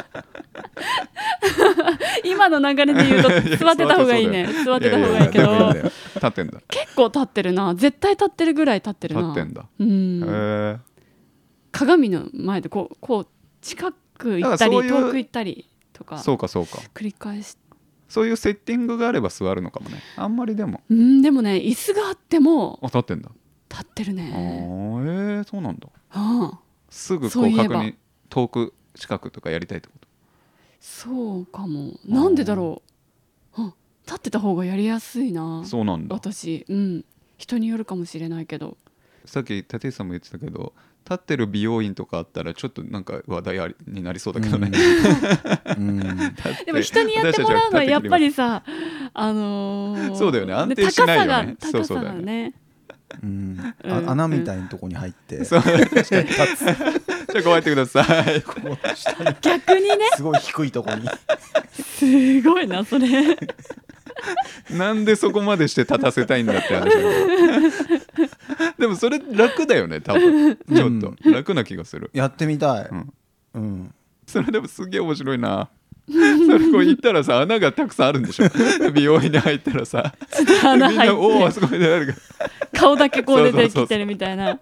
S2: *laughs* 今の流れで言うと座ってた方 *laughs* がいいね座ってた方がいいけ
S1: ややや
S2: ど
S1: でもね立ってんだ
S2: 結構立ってるな絶対立ってるぐらい立ってる
S1: 立
S2: な
S1: ってんだ
S2: うん、
S1: へ
S2: 鏡の前でこうこう近く行ったり
S1: だからそういう
S2: 遠く行ったりとか
S1: えそうかそうか
S2: 繰り返し
S1: そういうセッティングがあれば座るのかもねあんまりでも
S2: うんでもね椅子があっても
S1: あ立ってんだ
S2: 立ってる
S1: あ
S2: ね
S1: ーえーそうなんだ
S2: ああ
S1: すぐこ
S2: そう
S1: う
S2: いえ
S1: 確
S2: ば
S1: 認遠く近くとかやりたいってこと
S2: そうかもなんでだろうあ立ってた方がやりやすいな
S1: そうなんだ
S2: 私うん人によるかもしれないけど
S1: さっき立石さんも言ってたけど立ってる美容院とかあったらちょっとなんか話題ありになりそうだけど *laughs* ね、
S3: うんうん
S2: でも人にやってもらうのはやっぱりさあのー
S1: そうだよね安定しないよねそうそ
S2: 高さが高さ
S1: うだ
S2: が
S1: よ
S2: ね
S3: うんあ
S2: うん
S3: 穴みたいなとこに入って
S1: そう確かにじゃあこうやってください
S3: こう下に
S2: 逆にね
S3: すごい低いと
S1: *laughs*
S3: こに
S2: *laughs* すごいなそ *laughs* れ
S1: なんでそこまでして立たせたいんだって話なんだでもそれ楽だよね多分ちょっと、楽な気がする、
S3: やってみたい
S1: うん、
S3: うん
S1: それでもすげえ面白いなそれこう行ったらさ穴がたくさんあるんでしょ美容院に入ったらさ
S2: 穴
S1: みんなお
S2: 入
S1: お
S2: っ
S1: あ
S2: て
S1: そこにあるか
S2: 顔だけこう出て
S1: そうそうそう
S2: き
S1: そ
S2: て
S1: う
S2: るみたいな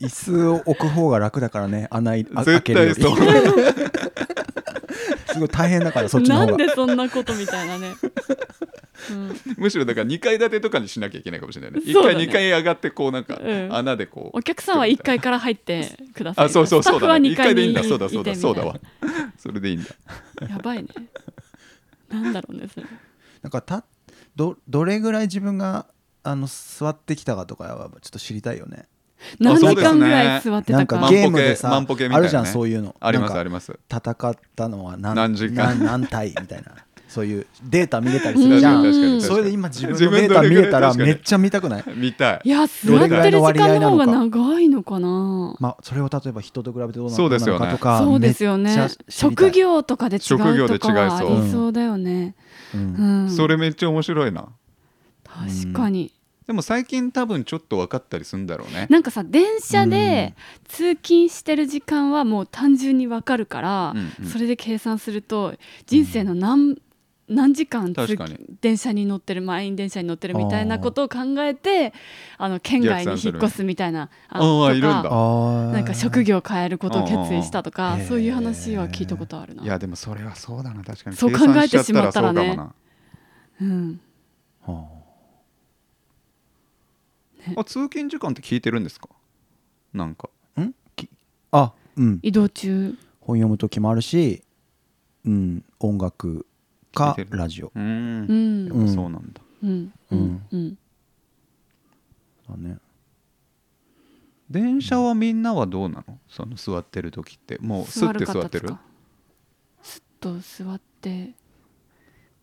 S3: 椅子を置く方が楽だからね穴い
S1: ら
S3: あ開
S1: 絶
S3: けるよ
S1: 対
S3: り
S1: そう
S3: すごい大変だからそっちの
S2: な
S3: 方
S2: ん
S3: が
S2: でそんなことみたいなね、うん
S1: むしろだから2階建てとかにしなきゃいけないかもしれないね一
S2: そうだ
S1: 階
S2: ね
S1: 2階上がってこうなんか
S2: うん
S1: 穴でこう、
S2: お客さんは1階から入ってください
S1: あそうそうそう
S2: スタッフは
S1: だね
S2: 2
S1: 1階
S2: 階
S1: でいい
S2: に
S1: ん
S2: い
S1: だ
S2: てみ
S1: そうだそう
S2: た
S1: だ
S2: い
S1: そうだわそれでいいんだ
S2: やばいねなんだろうねそれ
S3: なんかたどどれぐらい自分があの座ってきたかとかはちょっと知りたいよね
S2: 何
S1: そう
S2: 時
S1: ですね
S2: 間ぐらい座って
S3: な
S2: た
S3: ん
S2: か
S3: かゲー
S1: 万歩
S3: ム
S1: 計
S3: でさ
S1: 万歩計みたいな
S3: あ
S1: ね
S3: るじゃんそういうの
S1: ありますあ
S3: なん
S1: り
S3: か
S1: ます
S3: 戦ったのは何
S1: 何時間
S3: 何何対みたいなそういうデータ見れたりす
S1: 確
S3: るじゃ
S1: かに
S3: ん
S1: 確かに
S2: うん
S3: それで今自分
S1: 自
S3: の
S1: 分
S3: デー
S1: ど
S3: タ
S1: れ
S3: 見
S1: ぐらい
S3: れたら
S1: 確かに
S3: めっちゃ見たくない
S1: 見たい
S2: いや座
S3: ど
S2: っ
S3: れぐら
S2: て
S3: い
S2: る時
S3: の割
S2: 間
S3: 合
S2: の方
S3: なの
S2: が
S3: か
S2: 長いのかな、
S3: まあそれを例えば人と比べてどうな
S1: そうです
S3: ど
S1: よ
S3: う
S1: ね
S3: なのかとか
S2: そうですよ
S3: め
S2: ね
S3: っちゃ知りたい
S2: 職業とかで違
S1: 職業
S2: う
S1: で違
S2: と
S1: い
S2: かはあ
S1: そう
S2: りそうだよね、
S3: う
S2: うんん
S1: それめっちゃ面白いな
S2: 確かに、
S1: でも最近多分ちょっと分かったりするんだろうね
S2: なんかさ電車で通勤してる時間はもう単純にわかるから、
S1: うんうん
S2: それで計算すると人生の何,、何時間通
S1: 確
S2: 勤
S1: かに
S2: 電車に乗ってる満員電車に乗ってるみたいなことを考えてあの県外に引っ越すみたいな
S1: 逆算するみたいなあーいるんだ
S2: とか
S3: あー
S2: なんか職業を変えることを決意したと
S3: あ
S2: か
S3: ー
S2: そういう話は聞いたことあるない
S1: やでもそれはそうだな確かに
S2: そう
S1: 計算しちゃ
S2: 考えてしまったらね
S1: そうかも
S2: うん、
S3: は
S1: なあ通勤時間って聞いてるんですかなんか
S3: あんきあうん
S2: 移動中
S3: 本読む時もあるし、うん、音楽
S1: 聞い
S3: か
S1: てる
S3: ラジオ
S1: う
S2: うんん
S1: や
S2: う
S1: っ
S2: ん
S1: ぱそうなんだ
S2: うんうんうん
S3: だね
S1: 電車はみんなはどうなのその座ってる時ってもうスッて座ってる
S2: すっと座って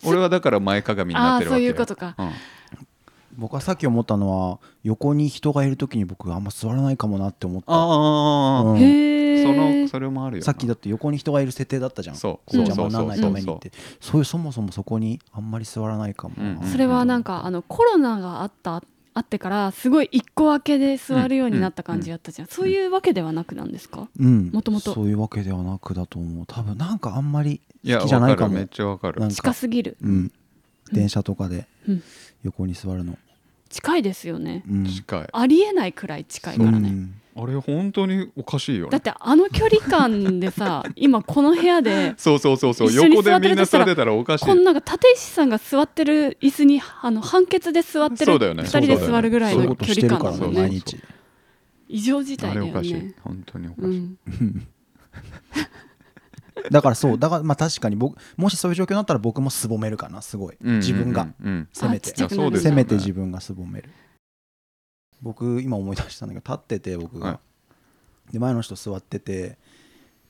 S1: 俺はだから前かがみになってるわけよ
S2: あーそういうことか
S1: ん
S3: 僕はさっき思ったのは横に人がいる時に僕あんま座らないかもなって思った
S1: あーあーあーあー
S3: うん
S2: へえ
S1: そのそれもあるよな
S3: さっきだって横に人がいる設定だったじゃん
S1: そう
S3: こう
S2: そう
S3: 邪魔にならないために
S1: そう
S3: っ
S1: そう
S3: てそういうそもそもそこにあんまり座らないかもな、
S1: うん
S2: それはなんかあのコロナがあったあってからすごい一個分けで座るようになった感じだったじゃん、そういうわけではなくなんですか、
S3: うん
S2: もともと
S3: そういうわけではなくだと思う多分なんかあんまり
S1: いや
S3: 好きじゃないか
S1: わる
S3: も
S1: めっちゃわかる
S3: なん
S2: 近すぎる、
S3: うん電車とかで
S2: うん、
S3: 横に座るの、
S2: 近いですよね
S3: うん、
S1: 近い
S2: ありえないくらい近いからね、
S3: うん
S1: あれ本当におかしいよね
S2: だってあの距離感
S1: *laughs*
S2: でさ今この部屋で
S1: そうそうそうそう
S2: 一緒に
S1: 横でみんな座
S2: 座
S1: っ
S2: ってて
S1: たらおかしい
S2: こんなんか立石さんが座ってる椅子にあの判決で座っ
S1: そ
S2: てる
S1: うだよね
S2: 2人で座るぐらい
S3: そういう
S2: の
S3: こと
S2: 距
S3: して
S2: 離
S3: る
S2: 感
S3: か
S2: だ
S3: ら
S2: も
S3: ね
S2: ん
S1: そういうことしてるから
S3: 毎
S2: ね
S3: 日
S2: 異常事態
S1: あ
S2: だ
S1: れ
S2: よ
S1: おかしい
S2: ね
S1: 本当におかし
S2: う
S1: い、
S2: ん
S3: *laughs* だからそうだからまあ確かに僕もしそういう状況になったら僕もすぼめるかなすごい、
S1: うんうんうん
S3: 自分が
S1: うん
S3: せめて
S2: あちっちゃく
S1: いやそ
S2: な
S1: うで
S2: る
S1: すよ
S3: せ
S1: ね
S3: めて自分がすぼめる僕今思い出したんだけど立ってて僕が、
S1: は
S3: で前の人座ってて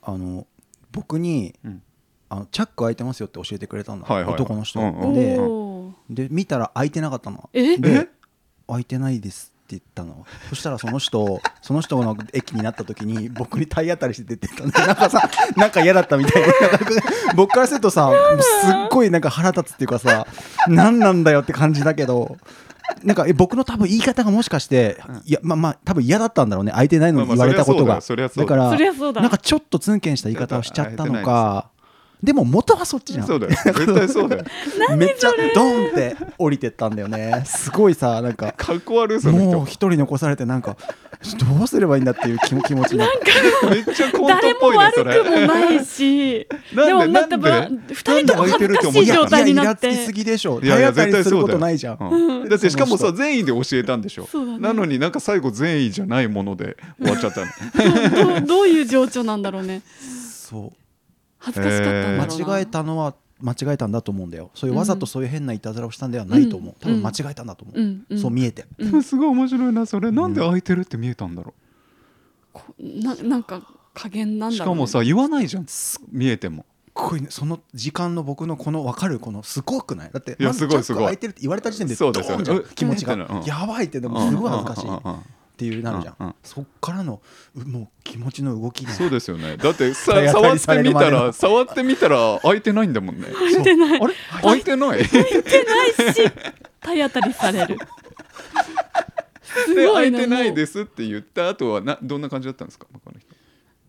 S3: あの僕に、
S1: うん
S3: あの「チャック開いてますよ」って教えてくれたんだ、
S1: はいはいはい
S3: 男の人、
S1: うんうん
S3: で
S2: おー
S3: で見たら開いてなかったの
S2: え
S3: で開いてないですって言ったのそしたらその人 *laughs* その人の駅になった時に僕に体当たりして出てったんでなんかさなんか嫌だったみたいで *laughs* なんか僕からするとさすっごいなんか腹立つっていうかさ何なんだよって感じだけどなんかえ僕の多分言い方がもしかして、
S1: うん
S3: いやまあまあ多分嫌だったんだろうね相手ないのに
S1: まあ
S3: 言
S1: ま
S3: わ
S1: あ
S3: れたことが、
S1: そりゃそ
S3: だ
S1: うだ
S3: か
S1: よ
S3: ら
S2: そりゃそうだ
S3: なんかちょっとツンケンした言い方をしちゃったのかでも元はそっちじゃん
S1: そうだよ絶対そうだよ
S3: めっちゃドンって降りてったんだよねすごいさなんか
S1: かっこ悪いその人
S3: もう一人残されてなんかどうすればいいんだっていう気も気持ちになって
S1: めっちゃコントっ
S2: 誰も
S1: ぽいね
S2: 悪
S1: そ
S2: く
S1: れ
S2: もないし
S1: *laughs* なんで
S2: でもまたば
S1: なんで
S2: 2人とも恥ずかしい状態になっ
S3: いやイラつき
S2: て
S3: すぎでしょ
S1: いやい
S3: 体
S1: や
S3: 当たり
S1: 絶対
S3: する
S1: そう
S3: こ
S1: だよ
S3: とないじゃん
S1: うんだってしかも
S3: そ
S1: さ
S3: の
S1: 善意で教えたんでしょ
S2: そうだね
S1: なのになんか最後善意じゃないもので終わっちゃったの
S2: どうどういう情緒なんだろうね
S3: そう
S2: 恥ずかしかったんだろうな
S3: 間違えたのは間違えたんだと思うんだよそういうわざとそういう変ないたずらをしたんではないと思う、多分間違えたんだと思う、
S2: うんうん
S3: そう見えて、
S2: うん
S1: すごい面白いなそれなんで開いてるって見えたんだろ
S2: こ *laughs* ななんか加減な
S1: うんし
S2: だ
S1: か
S2: ろう、ね、
S1: もさ言わないじゃん見えても
S3: こういうその時間の僕のこの分かるこのすごくないだって
S1: いや
S3: まず
S1: すごい
S3: チャック
S1: すごい
S3: 開いてるって言われた時点で
S1: そ
S3: ド
S1: うですよ
S3: ーンじゃん
S1: う
S3: 気持ちが、
S1: うんうん
S3: やばいってでもすごい恥ずかしい
S1: うんうん
S3: っ
S1: うんうん
S3: ていうなるじゃん、
S1: うんうん
S3: そっからのうもう気持ちの動きが
S1: そうですよねだって
S3: *laughs*
S1: さ
S3: 体当た
S1: 触
S3: り
S1: っ
S3: さ
S1: て
S3: れ
S1: み
S3: るま
S1: た
S3: で
S1: ら
S3: の
S1: 触ってみたら開いてないんだもんね
S3: そう
S1: あれ開いてない
S2: 開いてないし体当たりされるす
S1: で
S2: ご
S1: 開
S2: い
S1: い
S2: な
S1: てない
S2: もう
S1: ですって言った後はなどんな感じだったんですかこの人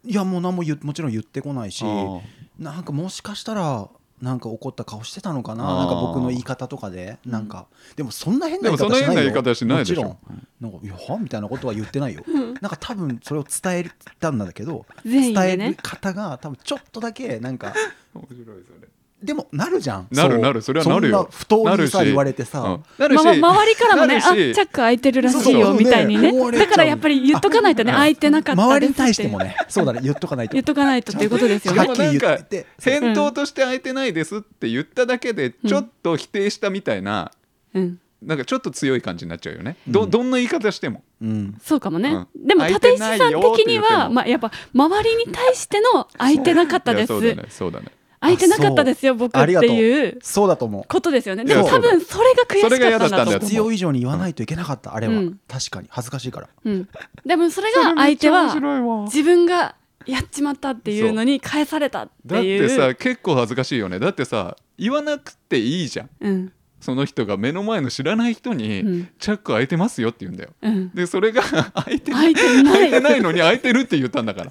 S3: いやもう何も言うもちろん言ってこないし
S1: あー
S3: なんかもしかしたらなんか怒った顔してたのかな
S1: あー
S3: なんか僕の言い方とかでなんか、でもそんな変な
S1: で
S3: 言
S1: も
S3: い方
S1: そ
S3: し
S1: んない変
S3: なよ
S1: な言い方しない
S3: も
S1: でし
S3: ちろ
S1: ょ
S3: んなんか「いやは?」みたいなことは言ってないよなんか多分それを伝えたんだけど、
S2: 善意
S3: 伝
S2: で
S3: え
S2: ね
S3: る方が多分ちょっとだけなんか
S1: 面白いそれ
S3: でもなるじゃん
S1: なる
S3: う
S1: なるそれはなるよ
S3: そんな不当
S1: な
S3: に
S1: るし
S3: さ言われてさ、
S1: うんなる
S2: ま
S1: し
S2: ま周りからもねあチ
S1: なる
S2: ャ
S1: し
S2: ック開いてるらしい
S1: そう
S2: よみたいにね
S3: そうね
S2: だからやっぱり言っとかないとね
S1: あ
S2: 開いてなかったで
S1: *laughs*
S2: す
S3: 周りに対しても
S2: って
S3: ねそうだね言っとかないと
S2: 言っとかないとっていうことですよ
S1: で
S3: は
S2: ね
S1: も
S3: っき
S1: なん
S3: り言
S1: か
S3: って
S1: 返答として空いてないですって言っただけで
S2: うん
S1: ちょっと否定したみたいな、
S2: うん
S1: なんかちょっと強い感じになっちゃうよね、ど
S3: うん
S1: どんな言い方しても
S3: うん
S2: そうかもね、
S1: うん
S2: でも
S1: 開い
S2: 立
S1: て
S2: 石
S1: ない
S2: さ
S1: よ
S2: ん的に
S1: って言って
S2: は、
S1: も
S2: まあ、やっぱ周りに対しての空いてなかったです、
S1: いやそうだねそうだね
S2: 空いてなかったですよ僕
S3: あ
S2: っ
S3: り
S2: て
S3: がとう
S2: いう
S3: そうだと思う
S2: ことですよね
S1: い
S2: で
S1: や
S2: も多分それが悔し
S1: そ
S2: か
S1: れが嫌だ
S2: っ
S1: った
S2: た
S1: ん
S2: ん
S1: だ
S2: だ
S1: よ
S2: と
S3: 必要以上に言わないといけなかったあれは、
S2: うん
S3: 確かに恥ずかしいから
S2: うん、でもそれが相手
S1: それめっちゃ面
S2: は
S1: 白いわ
S2: 自分がやっちまったっていうのに返されたって
S1: だっ
S2: いう
S1: てさ結構恥ずかしいよねだってさ言わなくていいじゃん
S2: うん
S1: その人が目の前の知らない人に、
S2: うん
S1: チャック開いてますよって言うんだよ *laughs*
S2: うん、
S1: でそれが開いてない
S2: 開いてない
S1: 開いてないのに開いてるって言ったんだから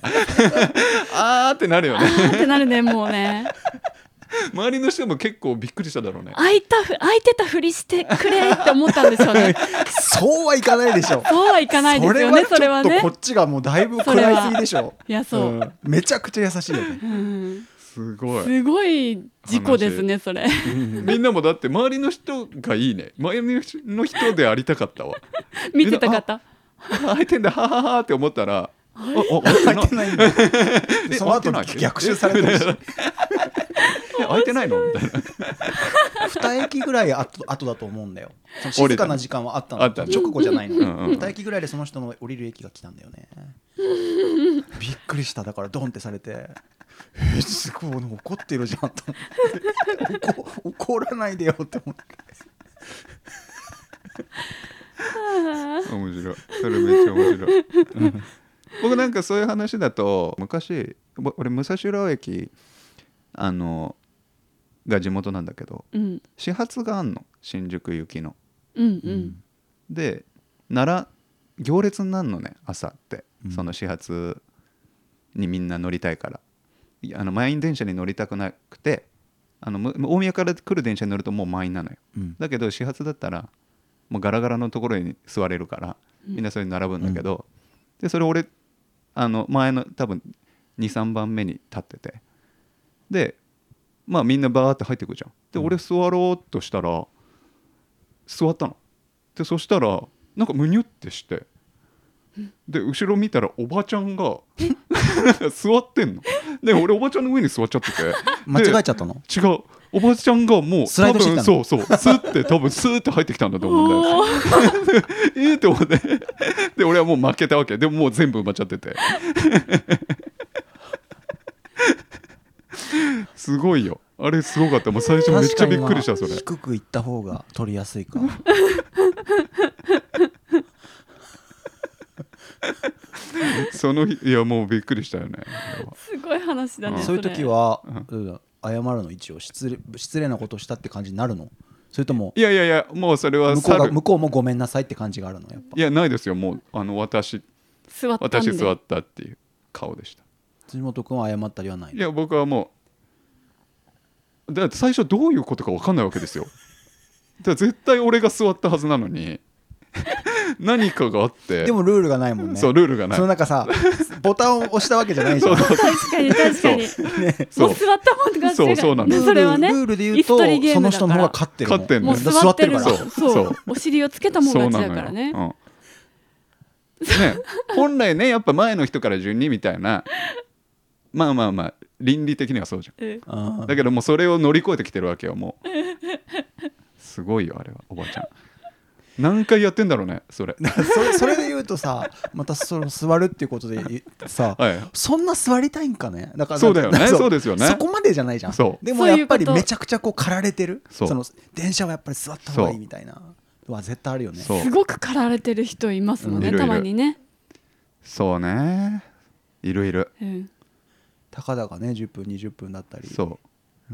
S1: *laughs* あーってなるよ
S2: あ
S1: ね
S2: ーってなるねもうね
S1: 周りの人も結構びっくりしただろうね
S2: 開いたふ開いてたふりしてくれって思ったんでしょ
S1: *laughs*
S2: うね
S3: そうはいかないでしょ
S2: そうはいかないですよねそれは
S3: ちょっ
S2: ね
S3: とこっちがもうだいぶ食らいすぎでしょ
S2: いやそう、
S3: んめちゃくちゃ優しいよね
S2: うん
S1: すごい
S2: すごい事故ですねそれ
S1: みんなもだって周りの人がいいね周りの人でありたかったわ
S2: 見てた方
S1: 開いてんだははははって思ったらおお開いてない
S2: *laughs*
S3: 開いてないんだ
S1: *laughs* え
S3: その後
S1: 開いてない
S3: 逆襲されてるし
S1: え開いてないのみたいな
S3: 2駅ぐらいあと後 *laughs* だと思うんだよその静かな時間はあったの
S1: あった
S3: 直後じゃないの、
S1: う
S3: 二
S1: んうん
S3: 2駅ぐらいでその人の降りる駅が来たん
S1: *laughs*
S3: だよねびっくりしただからドンってされてえーすごい俺怒ってるじゃんと思って怒怒らないでよって思って
S1: 面白いそれめっちゃ面白い、 *laughs* うん僕なんかそういう話だと昔ぼ俺武蔵浦和駅あのが地元なんだけど
S2: うん
S1: 始発があんの新宿行きの
S2: うんうん
S1: で奈良行列になるのね朝って、
S3: うん
S1: その始発にみんな乗りたいからいやあの満員電車に乗りたくなくてあのむ大宮から来る電車に乗るともう満員なのよ
S3: うん
S1: だけど始発だったらもうガラガラのところに座れるからみんなそれに並ぶんだけど、でそれ俺あの前の多分23番目に立っててでまあみんなバーって入ってくるじゃんで俺座ろうとしたら座ったのでそしたらなんかむにゅってしてで後ろ見たらおばちゃんが *laughs* 座ってんので俺おばちゃんの上に座っちゃってて
S3: *laughs* 間違
S1: で
S3: えちゃったの
S1: 違うおばあちゃんがもう
S3: スライドして
S1: 多
S3: き
S1: 分
S3: た
S1: そ
S3: の
S1: うそうスーって多分スーって入ってきたんだと思うんだよ *laughs* ええって思ってで俺はもう負けたわけでももう全部埋まっちゃって *laughs* てすごいよあれすごかったもう最初めっちゃびっくりしたそれ
S3: 低く行った方が取りやすいかも
S1: その日いやもうびっくりしたよね
S2: すごい話だね、
S1: うん
S3: そういう
S2: れ
S3: 時は、うん謝るの一応失礼失礼なことしたって感じになるのそれとも
S1: いやいやいやもうそれは
S3: 向こうが
S1: 猿
S3: 向こうもごめんなさいって感じがあるのやっぱ
S1: いやないですよもうあの私
S2: 座ったんで
S1: 私座ったっていう顔でした
S3: 辻元君は謝ったりはない
S1: いや僕はもうだって最初どういうことか分かんないわけです
S2: *laughs*
S1: よだから絶対俺が座ったはずなのに何かがあって
S3: でもルールがないもんね
S1: そうルールがない
S3: その中さボタンを押したわけじゃないじゃん
S1: そう
S2: 確かに確かに
S1: そう
S2: もう座ったもんって感じ
S1: そうそうなの
S3: ルール
S2: それはね
S3: ルールで言うと
S2: 椅子取りゲー
S3: そ
S2: ムだ
S3: の
S2: から
S3: 人の方が勝ってるもん
S1: 勝ってんの
S2: もう
S1: よ座
S2: 座ってるから
S1: っ
S2: そう
S1: てるからそう
S2: お尻をつけたもん
S1: そう
S2: 勝
S1: なのよ
S2: ちだからね
S1: うん
S2: *laughs*
S1: ね本来ねやっぱ前の人から順にみたいなまあまあまあ倫理的にはそうじゃ
S2: うん
S3: うん
S1: んだけどもうそれを乗り越えてきてるわけよ
S2: *laughs*
S1: もうすごいよあれはおばちゃん何回やってんだろうねそれ
S3: そ *laughs* れそれで言うとさまたその座るっていうことで言うさ、
S1: はい
S3: そんな座りたいんかねだから
S1: そうだよね
S3: なんか
S1: そうですよね
S3: そこまでじゃないじゃん
S1: そう
S3: でもやっぱり
S2: そういうこと
S3: めちゃくちゃこう駆られてる
S1: そう
S3: の電車はやっぱり座った方がい
S1: そ
S3: いうみたいなは絶対あるよね
S1: そう
S2: すごく駆られてる人いますもん
S1: うんい
S2: ね
S1: るいる
S2: たまにね、
S1: そうねいるいる
S2: うん、
S3: たかだかね10分20分だったり
S1: そう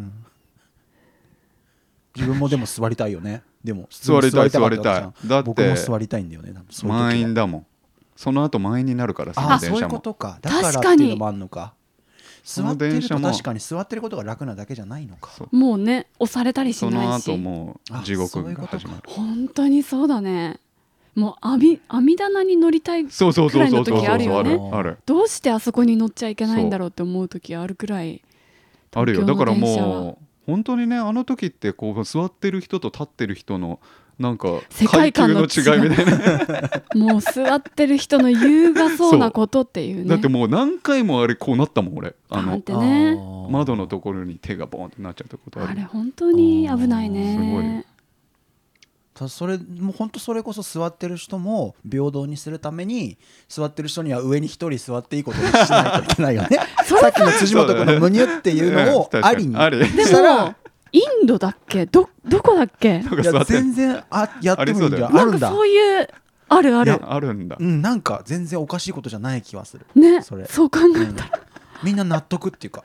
S3: 自分もでも座りたいよねでも
S1: 座りたい
S3: かった
S1: 座りたい
S3: じゃん
S1: だって
S3: 僕も座りたいんだよね多分そういう時は
S1: 満員だもんその後満員になるからそ
S3: あ
S1: の
S3: あそう
S1: 電
S3: いう
S1: 車
S3: こ
S1: も
S3: とかだ
S2: 確かに
S3: からっていうのもあんのか
S1: そ
S3: 座
S1: の
S3: って
S1: 電
S3: る
S1: 車
S3: と
S1: も
S3: 確かに座ってることが楽なだけじゃないのか
S1: そう
S2: もうね押されたりし
S1: その
S2: ないし
S1: 後もう地獄
S3: あそういう
S1: が
S3: ことか
S1: 始まる
S2: 本当にそうだねもう網網棚に乗りたい
S1: そうそうそうそうそうそう
S2: くらいの時あるよね
S1: ある
S2: どうしてあそこに乗っちゃいけないんだろうって思う時あるくらい
S1: あるよだ
S2: 東京
S1: から
S2: の電車は
S1: もう本当にねあの時ってこう座ってる人と立ってる人のなんか
S2: 世界観の
S1: 階級の違いみたいな、
S2: もう座ってる人の優雅そうなことっていう
S1: *laughs*
S2: ね
S1: だってもう何回もあれこうなったもん俺あ
S2: バーンっ
S1: の
S2: てね
S3: あー
S1: 窓のところに手がボーンってなっちゃったことあ
S2: あ
S1: る
S2: れ本当に危ない
S1: すごいよ
S2: ね
S3: たそれもう本当それこそ座ってる人も平等にするために座ってる人には上に一人座っていいことにしないといけないよ
S1: *laughs*
S3: ねさっきの辻元君の「むにゅ」っていうの
S1: うん
S3: を
S1: 確か
S3: あ
S1: に
S3: りに
S1: あり
S2: で
S3: したら
S2: もインドだっけどどこだっけ
S1: なんか
S3: い
S1: 座
S3: や
S1: ってる
S3: 全然あやってもいいんだよ
S1: ありそうだ
S2: な
S3: ある
S2: んか
S3: んだ
S2: そういうあるあ
S1: いや
S2: る
S1: あるんだ
S3: うんなんか全然おかしいことじゃない気はする
S2: ね
S3: それ
S2: そう考えたら
S3: みんな納得っていうか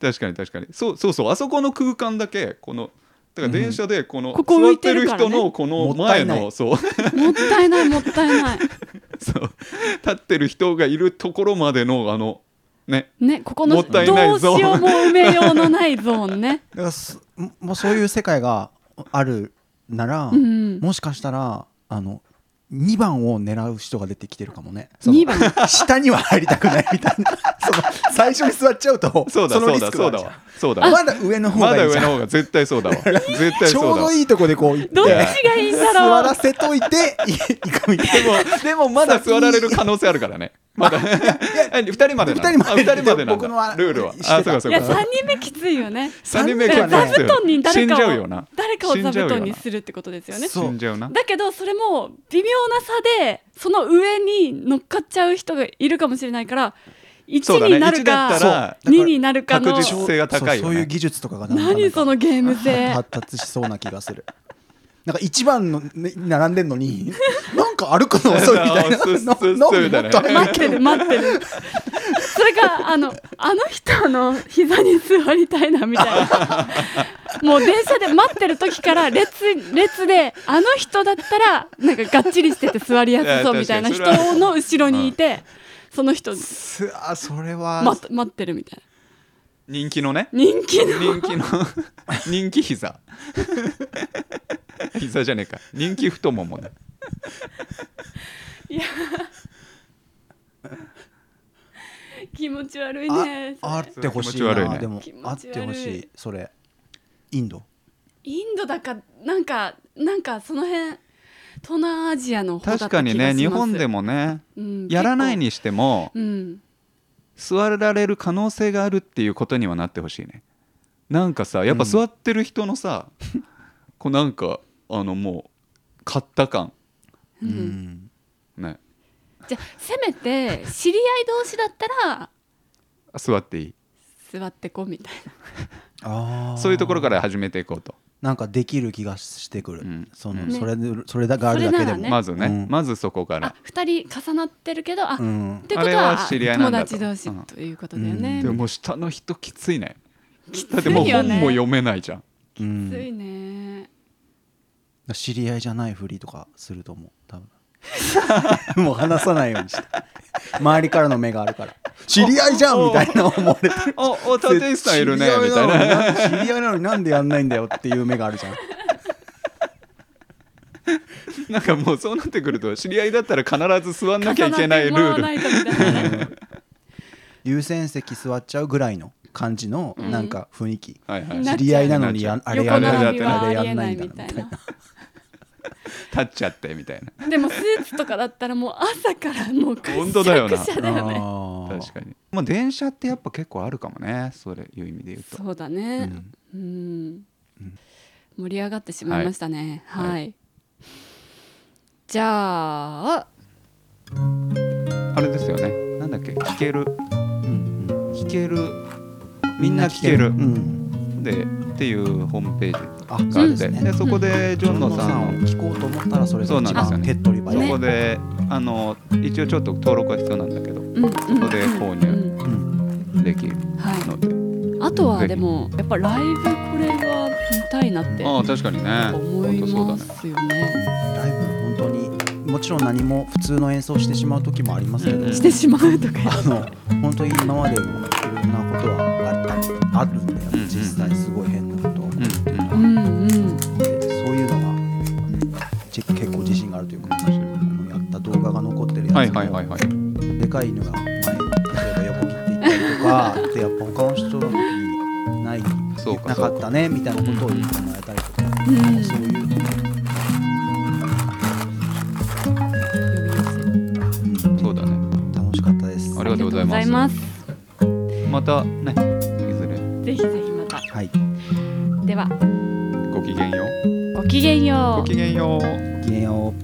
S1: 確かに確かにそうそうそうあそこの空間だけこのだから電車でこの、
S2: ここ浮
S1: 座っ
S2: い
S1: て
S2: て
S1: る
S2: るからね
S1: 人のこの
S3: もった
S1: 前
S3: いない
S1: のそう *laughs*
S2: もったいないもったいない
S1: そう立ってる人がいるところまでのあのね
S2: ねここの
S1: もったいないゾーン
S2: どうしようも埋めようのないゾー
S1: *laughs*
S2: ンね
S3: だからすもうそういう世界があるなら、
S2: うん
S3: もしかしたらあの2番を狙う人が出てきてるかもねその
S2: 2番
S3: 下には入りたくないみたい
S2: *laughs*
S3: なその最初に座っちゃうと
S1: そうだ
S3: の
S1: そう
S3: リ
S1: だ
S3: スク
S1: そ
S3: が
S1: う
S3: ある
S1: だ
S3: じゃ
S1: わ
S3: ん
S1: そうだわ
S3: まだ上の方
S1: ま
S3: が
S1: だ
S3: いいじ
S1: 上
S3: ゃん
S1: の方が絶対そうだわ絶対
S3: ちょ
S1: そう
S3: う
S1: だわ
S3: どいいとこでこう行って
S2: どっちがいいんだ
S3: 座
S2: ろう
S3: らせといてい行くみたいな
S1: でもでもまだ座られる可能性あるからねまだえ二人までなの
S3: 二人まで
S1: あ二人までなんだ
S3: 僕のは
S1: ルールは
S3: してた
S1: あそうかそう
S2: いや
S1: か
S2: 3人目きついよね
S1: 三人目
S3: 三人目はね
S1: きついよ
S2: 座布団に誰
S1: 死ん
S2: かを
S1: じゃうよな
S2: 誰かを座布団にするってことですよね
S3: そ
S1: 死んじゃうな
S2: だけどそれも微妙な差でその上に乗っかっちゃう人がいるかもしれないから
S1: そうだ
S2: 1
S1: ね
S2: になる
S1: 一だ
S2: か
S1: ったら
S2: 2になるかの
S1: 確実性が高いよね
S3: そうそういう技術とかがなんか
S2: 何そのゲーム
S1: *laughs*
S2: 性
S3: 発達しそうな気がするなんか一番の、ね、並んでんのになんか歩くの遅いみたいな
S1: そうそうそう
S3: な
S1: そうだね
S3: なんか
S2: 待ってる待ってるそれかあのあの人の膝に座りたいなみたいなもう電車で待ってる時から列列であの人だったらなんかがっちりしてて座りやすそうみたいない
S1: や確かにそれは
S2: 人の後ろにいてその人
S3: すあそれは、
S2: 待っ待ってるみたいな
S1: 人気のね
S2: 人気の
S1: 人気の人気膝 *laughs* 膝じゃねえか人気太ももだ
S2: いや気持ち悪い
S3: あ
S2: ねそれ
S3: あってほしい
S1: 気持ち悪い
S3: な、
S1: ね
S3: でも
S2: 気持ち悪い
S3: あってほしいそれインド
S2: インドだかなんかなんかその辺東南アジアの方だった
S1: 確かにね
S2: 気がし
S1: 日
S2: ます
S1: 本で、もね
S2: うん
S1: やらないにしても
S2: 結構うん
S1: 座られる可能性があるっていうことにはなってほしいねなんかさやっぱ座ってる人のさ、こうなんかあのもう買った感
S2: うん
S3: うん
S1: ね
S2: じゃあせめて知り合い同士だったら
S1: 座っていい
S2: 座ってこみたいな
S3: あー
S1: そういうところから始めていこうと
S3: なんかできる気がしてくる、
S1: うん
S3: その
S1: うん
S3: それでそれだがあるだけでも、
S2: それならね
S1: まずね、
S3: うん
S1: まずそこから
S2: あ二人重なってるけどあ、っ
S3: うん、
S2: てこと
S1: あれ
S2: は
S1: は知り合いなんだと
S2: 友達同士ということだよね、
S1: でももう下の人きついね
S2: きつ
S1: だってもう
S2: いよ
S1: 本も
S2: ね
S1: 読めないじゃん
S3: う
S2: き
S3: ん
S2: ついね
S3: 知り合いじゃないふりとかすると思う多分 *laughs* もう話さないようにして周りからの目があるから知り合いじゃんみたいな思われてる *laughs*
S1: おお *laughs* 立石さんいるねみたいな *laughs*
S3: な知り合いなのになんでやんないんだよっていう目があるじゃん
S1: なんかもうそうなってくると知り合いだったら必ず座んなきゃいけないルー
S2: 重な
S1: ル
S2: ってもらわないとみたいなね
S3: 優先席座っちゃうぐらいの感じの
S2: ん
S3: なんか雰囲気、
S1: はいはい
S2: な
S3: 知り合いなのにや
S1: なっちゃ
S3: あれ
S2: *laughs*
S3: や
S2: 横
S3: んな
S2: 並
S3: いん
S2: び
S3: だ
S2: は
S3: あ
S2: あ
S3: れ
S2: り
S3: や
S2: え
S3: んな
S2: ないい
S3: んだ
S2: み
S3: みた
S2: た
S3: い
S2: い
S3: な
S2: な
S1: 立っちゃってみたいな
S2: でもスーツとかだったらもう朝からもう
S1: 本当だよな
S2: くしゃくしゃだよね
S3: あー
S1: 確かにまあ電車ってやっぱ結構あるかもねそれいう意味で言うと
S2: そうだねうん、盛り上がってしまいましたねはい、
S1: は
S2: じゃあ
S1: あれですよねなんだっけ聞ける
S3: うんうん
S1: 聞けるみんな聞ける
S3: うん、
S1: でっていうホームページ
S3: あ
S1: が
S3: そ
S1: あ
S3: う
S1: っ
S3: で
S1: て、
S3: すね
S1: でそこでジョンノさ
S3: さ
S1: ん
S3: んを聞こうと思ったらそれが
S1: そ
S3: 一
S1: うなん
S2: ですよ
S3: 番
S1: ね
S3: 手っ取り早い、
S1: そ
S2: ね
S1: こであの一応ちょっと登録は必要なんだけど
S2: うんうん
S1: こで購入
S2: うんうん
S1: できる
S2: は
S1: ので
S2: いあとはでもやっぱライブこれは見たいなって
S1: ああ確かにね
S2: 思い
S1: 本当そうだ
S2: ま
S1: ね
S2: すよね
S3: ライブ本当にもちろん何も普通の演奏してしまう時もありますけど、
S1: うんうん
S2: してしまうとか
S3: あの本当に今までのいろんなことはあったあるんだよ、
S1: うんうん
S3: 実際すごい変なことを思ってるの
S2: う
S3: があ
S2: んうん
S3: って、そういうのがじ結構自信があるというか、あのやった動画が残ってるやつも、
S1: はいはいはいはい
S3: でかい犬が前例えば横切っていったりとかでやっぱ他の人の時にない
S1: そうか
S3: な
S1: そ
S3: か
S1: う
S3: っ
S1: か
S3: たねみたいなことを言ってもらえたりとか、
S2: うん
S3: そういう
S1: そうだね
S3: 楽しかったです。
S1: ありがとうございます
S2: ありがとう
S1: またねいずれ
S2: ございますぜひぜひまた
S3: はい、
S2: では
S1: ごきげんよう
S2: ごきげんよう
S1: ごきげんよう
S3: ごきげんよう。